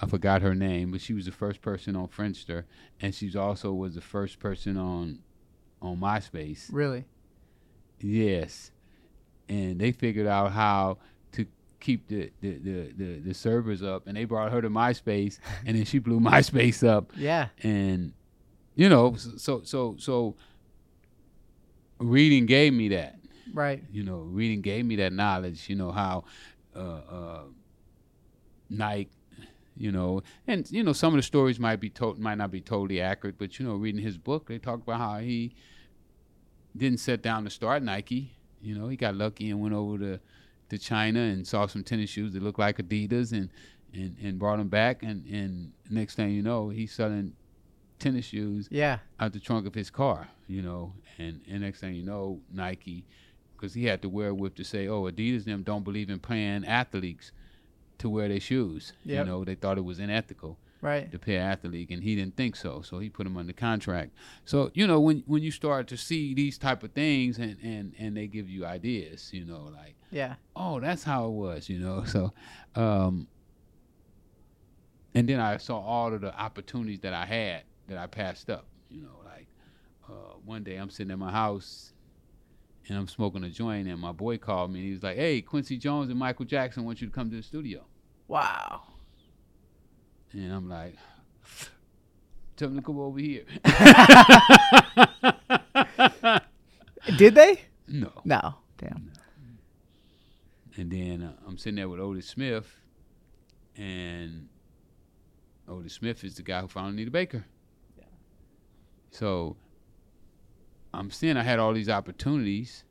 Speaker 2: I forgot her name, but she was the first person on Friendster, and she's also was the first person on on MySpace.
Speaker 1: Really.
Speaker 2: Yes, and they figured out how to keep the the the, the, the servers up, and they brought her to MySpace, and then she blew MySpace up
Speaker 1: Yeah.
Speaker 2: and you know s- so so so reading gave me that
Speaker 1: Right.
Speaker 2: you know reading gave me that knowledge you know how uh, uh nike you know and you know some of the stories might be told might not be totally accurate but you know reading his book they talk about how he didn't set down to start nike you know he got lucky and went over to to china and saw some tennis shoes that looked like adidas and and and brought them back and and next thing you know he's selling tennis shoes
Speaker 1: Yeah.
Speaker 2: out the trunk of his car, you know, and, and next thing you know, Nike, because he had the wherewith to say, oh, Adidas and them don't believe in paying athletes to wear their shoes.
Speaker 1: Yep.
Speaker 2: You know, they thought it was unethical
Speaker 1: Right.
Speaker 2: to pay an athlete, and he didn't think so, so he put him under contract. So you know, when when you start to see these type of things, and and and they give you ideas, you know, like
Speaker 1: Yeah.
Speaker 2: oh, that's how it was, you know. So, um, and then I saw all of the opportunities that I had that I passed up, you know. Like uh, one day I'm sitting in my house and I'm smoking a joint, and my boy called me and he was like, "Hey, Quincy Jones and Michael Jackson want you to come to the studio,"
Speaker 1: Wow.
Speaker 2: and I'm like. Tell them to come over here.
Speaker 1: Did they?
Speaker 2: no.
Speaker 1: No. Damn.
Speaker 2: And then uh, I'm sitting there with Otis Smith, and Otis Smith is the guy who found Anita Baker.
Speaker 1: Yeah.
Speaker 2: So I'm seeing I had all these opportunities,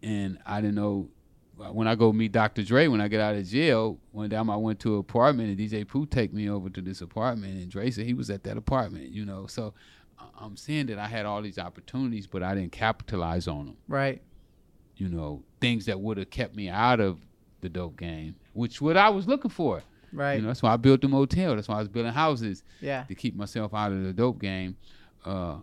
Speaker 2: and I didn't know. uh, When I go meet Dr. Dre, when I get out of jail, one time I went to an apartment and DJ Pooh take me over to this apartment, and Dre said he was at that apartment, you know. So I- I'm seeing that I had all these opportunities, but I didn't capitalize on them
Speaker 1: Right.
Speaker 2: you know, things that would have kept me out of the dope game, which what I was looking for.
Speaker 1: Right.
Speaker 2: You know, that's why I built the motel. That's why I was building houses
Speaker 1: yeah.
Speaker 2: to keep myself out of the dope game. Uh,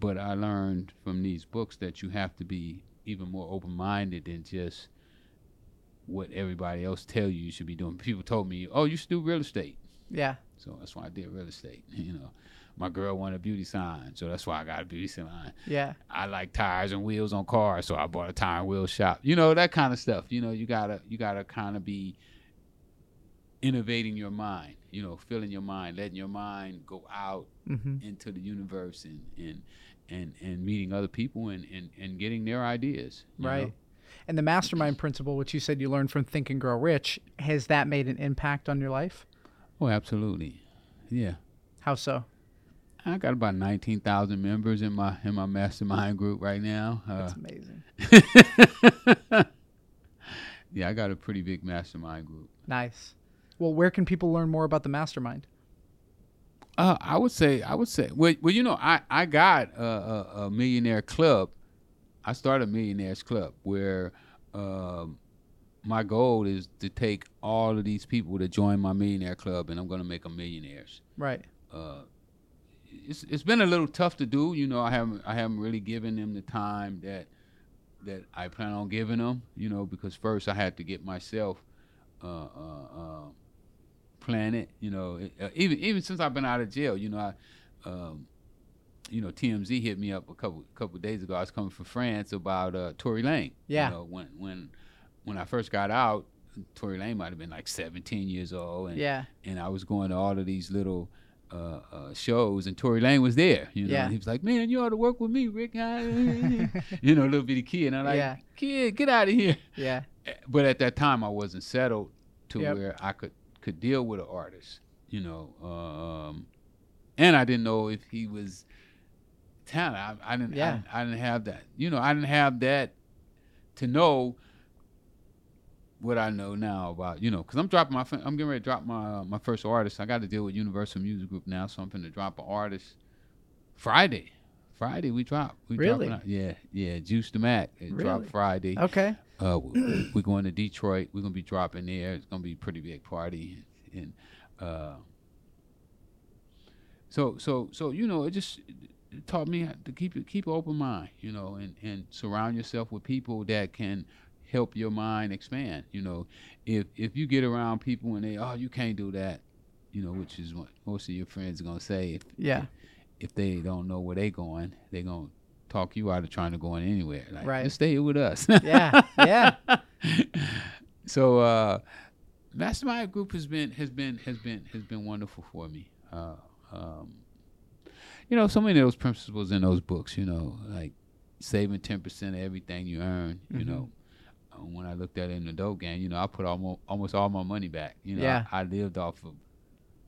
Speaker 2: but I learned from these books that you have to be even more open minded than just what everybody else tell you you should be doing. People told me, "Oh, you should do real estate."
Speaker 1: Yeah.
Speaker 2: So that's why I did real estate. You know, my girl wanted a beauty sign, so that's why I got a beauty sign.
Speaker 1: Yeah.
Speaker 2: I like tires and wheels on cars, so I bought a tire and wheel shop. You know that kind of stuff. You know you gotta you gotta kind of be innovating your mind. You know, filling your mind, letting your mind go out
Speaker 1: Mm-hmm.
Speaker 2: into the universe and and and, and meeting other people and, and and getting their ideas. you know?
Speaker 1: Right. And the mastermind principle, which you said you learned from Think and Grow Rich, has that made an impact on your life?
Speaker 2: Oh, absolutely. Yeah,
Speaker 1: How so?
Speaker 2: I got about nineteen thousand members in my in my mastermind group right now. Uh,
Speaker 1: That's amazing.
Speaker 2: yeah, I got a pretty big mastermind group.
Speaker 1: Nice. Well, where can people learn more about the mastermind?
Speaker 2: Uh, I would say, I would say, well, well you know, I, I got a, a, a millionaire club. I started a millionaires club where um, my goal is to take all of these people to join my millionaire club and I'm going to make them millionaires.
Speaker 1: Right.
Speaker 2: Uh, it's, it's been a little tough to do. You know, I haven't, I haven't really given them the time that, that I plan on giving them, you know, because first I had to get myself uh, uh, uh, planet. You know, It- uh, even even since I've been out of jail, you know, I, um, you know, TMZ hit me up a couple couple days ago. I was coming from France about uh, Tory Lane.
Speaker 1: Yeah.
Speaker 2: You know, when when when I first got out, Tory Lane might have been like 17 years old, and
Speaker 1: Yeah.
Speaker 2: and I was going to all of these little. Uh, uh, shows and Tory Lane was there, you know.
Speaker 1: Yeah.
Speaker 2: And he was like, "Man, you ought to work with me, Rick." you know, little bitty kid, and I'm like,
Speaker 1: Yeah.
Speaker 2: "Kid, get out of here."
Speaker 1: Yeah.
Speaker 2: but at that time I wasn't settled to
Speaker 1: Yep.
Speaker 2: where I could could deal with an artist, you know. Um, and I didn't know if he was talented. I, I didn't.
Speaker 1: Yeah.
Speaker 2: I, I didn't have that. You know, I didn't have that to know what I know now about you know because I'm dropping my fin- I'm getting ready to drop my uh, my first artist. I got to deal with Universal Music Group now, so I'm finna drop an artist Friday. Friday we drop. We
Speaker 1: Really?
Speaker 2: dropping out- Yeah, yeah. Juice the Mac. It
Speaker 1: Really?
Speaker 2: dropped Friday.
Speaker 1: Okay.
Speaker 2: Uh, we- we're going to Detroit. We're gonna be dropping there. It's gonna be a pretty big party, and uh, so so so you know, it just it taught me to keep keep an open mind, you know, and and surround yourself with people that can help your mind expand. You know, if if you get around people and they oh you can't do that, you know, which is what most of your friends are gonna say if
Speaker 1: Yeah.
Speaker 2: if they don't know where they going, they gonna talk you out of trying to go in anywhere. Like,
Speaker 1: Right.
Speaker 2: Just stay here with us.
Speaker 1: Yeah. Yeah.
Speaker 2: so uh, mastermind group has been has been has been has been wonderful for me. Uh, um, you know, so many of those principles in those books. You know, like saving ten percent of everything you earn. You
Speaker 1: Mhm.
Speaker 2: know, Uh, when I looked at it in the dope game, you know, I put almost almost all my money back. You know,
Speaker 1: Yeah.
Speaker 2: I, I lived off of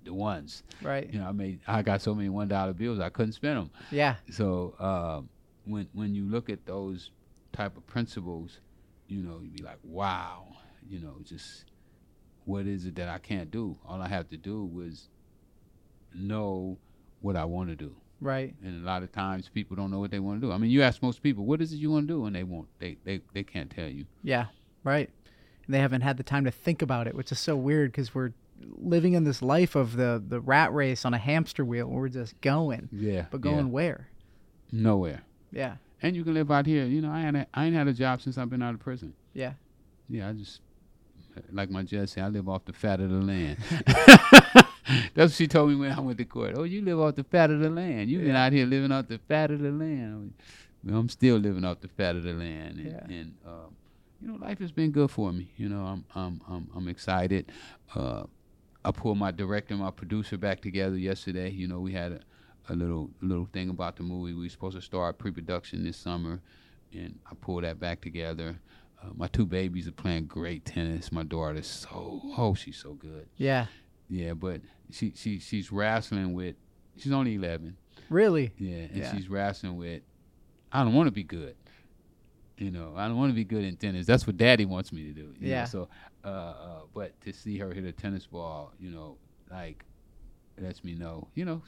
Speaker 2: the ones.
Speaker 1: Right.
Speaker 2: You know, I made I got so many one dollar bills I couldn't spend them.
Speaker 1: Yeah.
Speaker 2: So um, when when you look at those type of principles, you know, you'd be like, wow, you know, just what is it that I can't do? All I have to do was know what I want to do.
Speaker 1: Right.
Speaker 2: And a lot of times people don't know what they want to do. I mean, you ask most people, what is it you want to do? And they won't, they, they, they can't tell you.
Speaker 1: Yeah. Right. And they haven't had the time to think about it, which is so weird because we're living in this life of the the rat race on a hamster wheel. Where we're just going,
Speaker 2: Yeah.
Speaker 1: but going where?
Speaker 2: nowhere.
Speaker 1: Yeah.
Speaker 2: And you can live out here. You know, I ain't, had- I ain't had a job since I've been out of prison.
Speaker 1: Yeah.
Speaker 2: Yeah, I just like my judge said, I live off the fat of the land. That's what she told me when I went to court. Oh, you live off the fat of the land. You've been
Speaker 1: Yeah.
Speaker 2: out here living off the fat of the land. I was- Well, I'm still living off the fat of the land, and,
Speaker 1: Yeah.
Speaker 2: and um, you know, life has been good for me. You know, I'm I'm I'm, I'm excited. Uh, I pulled my director and my producer back together yesterday. You know, we had a, a little little thing about the movie. We were supposed to start pre-production this summer, and I pulled that back together. Uh, my two babies are playing great tennis. My daughter's so oh, she's so good.
Speaker 1: Yeah.
Speaker 2: Yeah, but she she she's wrestling with. She's only eleven.
Speaker 1: Really.
Speaker 2: Yeah, and
Speaker 1: Yeah.
Speaker 2: she's wrestling with. I don't want to be good. You know, I don't want to be good in tennis. That's what Daddy wants me to do. you know,
Speaker 1: Yeah.
Speaker 2: So, uh, uh, but to see her hit a tennis ball, you know, like lets me know. You know,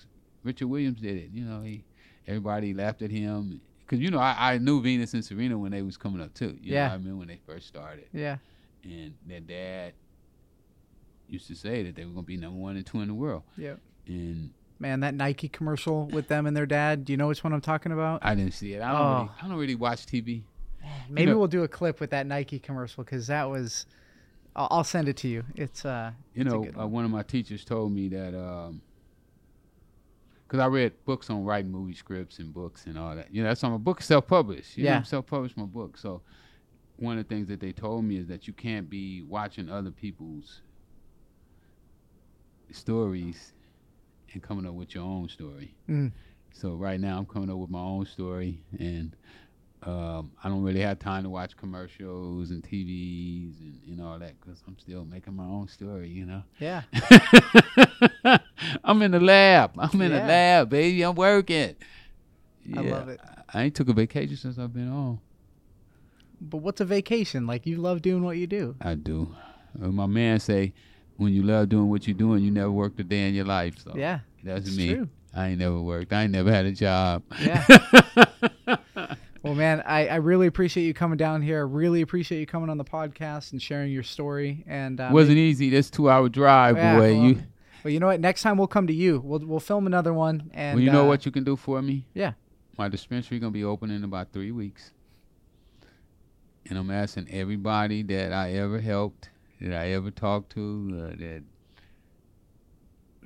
Speaker 2: Richard Williams did it. You know, he everybody laughed at him because you know I, I knew Venus and Serena when they was coming up too. You
Speaker 1: Yeah.
Speaker 2: know, what I mean when they first started
Speaker 1: Yeah.
Speaker 2: and their dad used to say that they were going to be number one and two in the world.
Speaker 1: Yep.
Speaker 2: And
Speaker 1: Man, that Nike commercial with them and their dad. Do you know which one I'm talking about?
Speaker 2: I didn't see it. I don't, really,
Speaker 1: Oh.
Speaker 2: I don't really watch TV.
Speaker 1: Maybe
Speaker 2: Uh, know-
Speaker 1: we'll do a clip with that Nike commercial because that was. I'll, I'll send it to you. It's uh.
Speaker 2: You
Speaker 1: That's a
Speaker 2: know,
Speaker 1: good
Speaker 2: uh,
Speaker 1: one.
Speaker 2: one of my teachers told me that because I read books on writing movie scripts and books and all that. You know, that's on my book self-published. You know,
Speaker 1: Yeah.
Speaker 2: I'm self-published my book. So one of the things that they told me is that you can't be watching other people's stories and coming up with your own story.
Speaker 1: Mm.
Speaker 2: So right now I'm coming up with my own story, and um, I don't really have time to watch commercials and TVs and, and all that because I'm still making my own story. You know,
Speaker 1: Yeah.
Speaker 2: I'm in the lab. I'm in
Speaker 1: Yeah.
Speaker 2: the lab, baby. I'm working.
Speaker 1: I
Speaker 2: Yeah,
Speaker 1: love it.
Speaker 2: I I ain't took a vacation since I've been on.
Speaker 1: But what's a vacation? Like you love doing what you do.
Speaker 2: I do. Uh, my man say, when you love doing what you're doing, you never worked a day in your life. So
Speaker 1: Yeah.
Speaker 2: Oh, that's
Speaker 1: it's
Speaker 2: me.
Speaker 1: true.
Speaker 2: I ain't never worked. I ain't never had a job.
Speaker 1: Yeah. Well, man, I, I really appreciate you coming down here. I really appreciate you coming on the podcast and sharing your story. And uh,
Speaker 2: wasn't easy. This two hour drive,
Speaker 1: Yeah,
Speaker 2: boy.
Speaker 1: well,
Speaker 2: you
Speaker 1: well, you know what? Next time we'll come to you. We'll we'll film another one. And
Speaker 2: well, you know
Speaker 1: uh,
Speaker 2: what you can do for me?
Speaker 1: yeah.
Speaker 2: My dispensary gonna be open in about three weeks, and I'm asking everybody that I ever helped, that I ever talked to, uh, that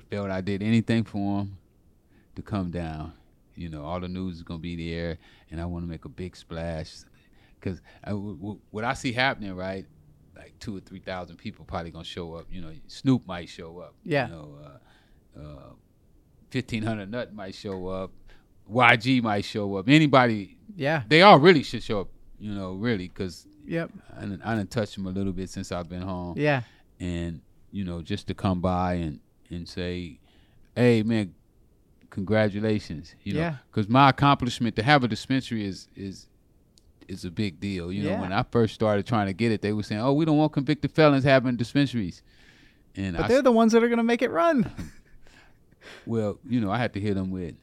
Speaker 2: felt I did anything for them, to come down. You know, all the news is gonna be there, and I want to make a big splash, because what I see happening, right? Like two or three thousand people probably gonna show up. You know, Snoop might show up.
Speaker 1: Yeah.
Speaker 2: You know, uh, uh, fifteen hundred Nut might show up. YG might show up. Anybody,
Speaker 1: Yeah.
Speaker 2: they all really should show up. You know, really, because
Speaker 1: Yep.
Speaker 2: I done, I done touched them a little bit since I've been home,
Speaker 1: Yeah.
Speaker 2: and you know, just to come by and and say, "Hey, man, congratulations!" You know,
Speaker 1: Yeah.
Speaker 2: because my accomplishment to have a dispensary is is is a big deal. You
Speaker 1: Yeah.
Speaker 2: know, when I first started trying to get it, they were saying, "Oh, we don't want convicted felons having dispensaries." And
Speaker 1: But
Speaker 2: I,
Speaker 1: they're the ones that are going to make it run.
Speaker 2: well, you know, I had to hit them with,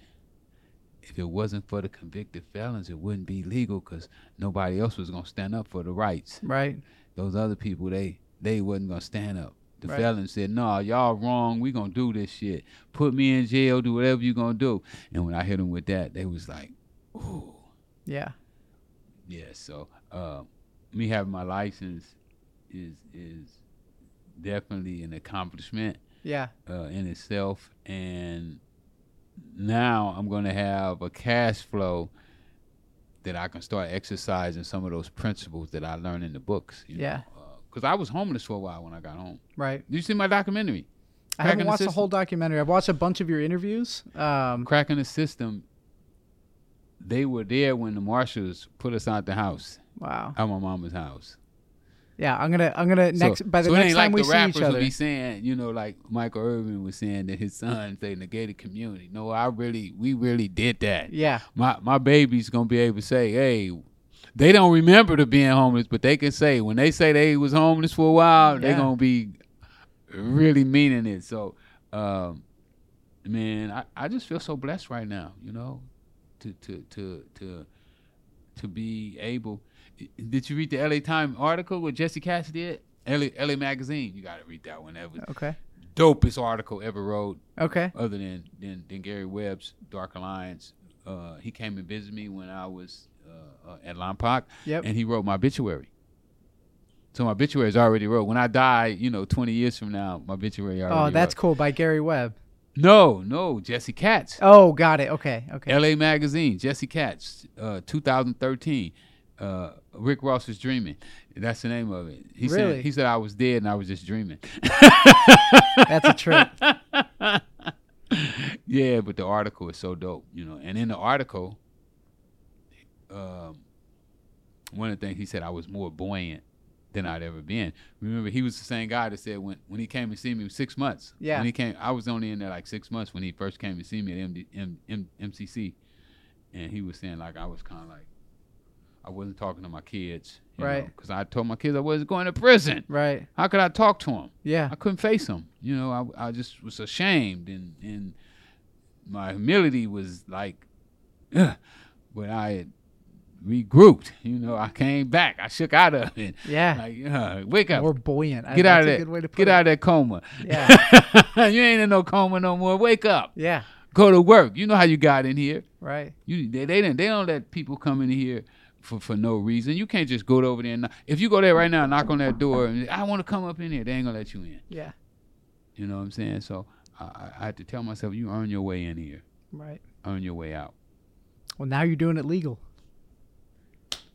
Speaker 2: "If it wasn't for the convicted felons, it wouldn't be legal because nobody else was gonna stand up for the rights.
Speaker 1: Right.
Speaker 2: Those other people, they they wasn't gonna stand up." The
Speaker 1: Right.
Speaker 2: felons said, "No, y'all wrong. We gonna do this shit. Put me in jail. Do whatever you gonna do." And when I hit them with that, they was like, "Ooh."
Speaker 1: Yeah.
Speaker 2: Yeah, so uh, me having my license is is definitely an accomplishment
Speaker 1: Yeah.
Speaker 2: uh, in itself, and now I'm going to have a cash flow that I can start exercising some of those principles that I learned in the books. you know.
Speaker 1: Yeah.
Speaker 2: Because I was homeless for a while when I got home.
Speaker 1: Right.
Speaker 2: Did you see my documentary?
Speaker 1: I
Speaker 2: Crack
Speaker 1: haven't
Speaker 2: in the
Speaker 1: watched the
Speaker 2: system.
Speaker 1: whole documentary. I've watched a bunch of your interviews. Um,
Speaker 2: Cracking the system. They were there when the marshals put us out the house,
Speaker 1: wow.
Speaker 2: out my mama's house.
Speaker 1: Yeah. I'm gonna. I'm gonna next. by the
Speaker 2: it
Speaker 1: next
Speaker 2: ain't
Speaker 1: time
Speaker 2: like
Speaker 1: we
Speaker 2: the
Speaker 1: see
Speaker 2: rappers
Speaker 1: each other.
Speaker 2: would be saying, you know, like Michael Irvin was saying that his son they negated community. No, I really, we really did that.
Speaker 1: Yeah.
Speaker 2: My my baby's gonna be able to say, hey, they don't remember to being homeless, but they can say when they say they was homeless for a while, they
Speaker 1: Yeah.
Speaker 2: gonna be really meaning it. So, um, man, I, I just feel so blessed right now. You know, to to to to to be able. Did you read the LA Times article what Jesse Cash did? LA, LA Magazine. You got to read that one. That was
Speaker 1: Okay.
Speaker 2: dopest article ever wrote,
Speaker 1: Okay.
Speaker 2: other than than, than Gary Webb's Dark Alliance. Uh, he came and visited me when I was uh, uh, at Lompoc,
Speaker 1: Yep.
Speaker 2: and he wrote my obituary. So my obituary is already wrote. When I die, you know, twenty years from now, my obituary
Speaker 1: Oh,
Speaker 2: already.
Speaker 1: that's
Speaker 2: wrote.
Speaker 1: cool. By Gary Webb.
Speaker 2: no, no, Jesse Katz.
Speaker 1: Oh, got it. Okay. Okay.
Speaker 2: LA Magazine, Jesse Katz, uh, 2013. Uh, Rick Ross is dreaming. That's the name of it. He
Speaker 1: Really?
Speaker 2: said he said I was dead and I was just dreaming.
Speaker 1: That's a trip.
Speaker 2: yeah, but the article is so dope, you know. And in the article, um, one of the things he said I was more buoyant than I'd ever been. Remember, he was the same guy that said when when he came and see me six months.
Speaker 1: Yeah.
Speaker 2: when he came, I was only in there like six months when he first came to see me at MD, M, M, MCC, and he was saying like I was kind of like I wasn't talking to my kids,
Speaker 1: Right.
Speaker 2: Because I told my kids I wasn't going to prison.
Speaker 1: Right.
Speaker 2: How could I talk to them?
Speaker 1: Yeah.
Speaker 2: I couldn't face him. You know, I, I just was ashamed, and and my humility was like, ugh. but I had regrouped. You know, I came back. I shook out of it.
Speaker 1: Yeah.
Speaker 2: Like, uh, wake up,
Speaker 1: More buoyant. I-
Speaker 2: Get
Speaker 1: that's
Speaker 2: out of
Speaker 1: a
Speaker 2: that.
Speaker 1: Good way to put
Speaker 2: get
Speaker 1: it.
Speaker 2: out of that coma.
Speaker 1: Yeah.
Speaker 2: you ain't in no coma no more. Wake up,
Speaker 1: Yeah.
Speaker 2: go to work. You know how you got in here.
Speaker 1: Right.
Speaker 2: You they they didn't they don't let people come in here for, for no reason. You can't just go over there and knock. if you go there right now and knock on that door and I want to come up in here, they ain't gonna let you in.
Speaker 1: Yeah.
Speaker 2: You know what I'm saying? So I, I- I had to tell myself, you earn your way in here,
Speaker 1: Right.
Speaker 2: earn your way out.
Speaker 1: Well, now you're doing it legal.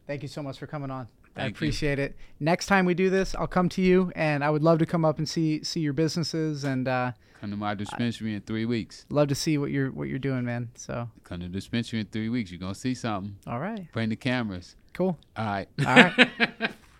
Speaker 1: Thank you so much for coming on. I
Speaker 2: Thank you.
Speaker 1: appreciate it. Next time we do this, I'll come to you, and I would love to come up and see see your businesses, and uh,
Speaker 2: Come to my dispensary in three weeks.
Speaker 1: love to see what you're what you're doing, man. So,
Speaker 2: Come to the dispensary in three weeks. You're gonna see something.
Speaker 1: all right,
Speaker 2: Bring the cameras.
Speaker 1: cool.
Speaker 2: All right.
Speaker 1: All right.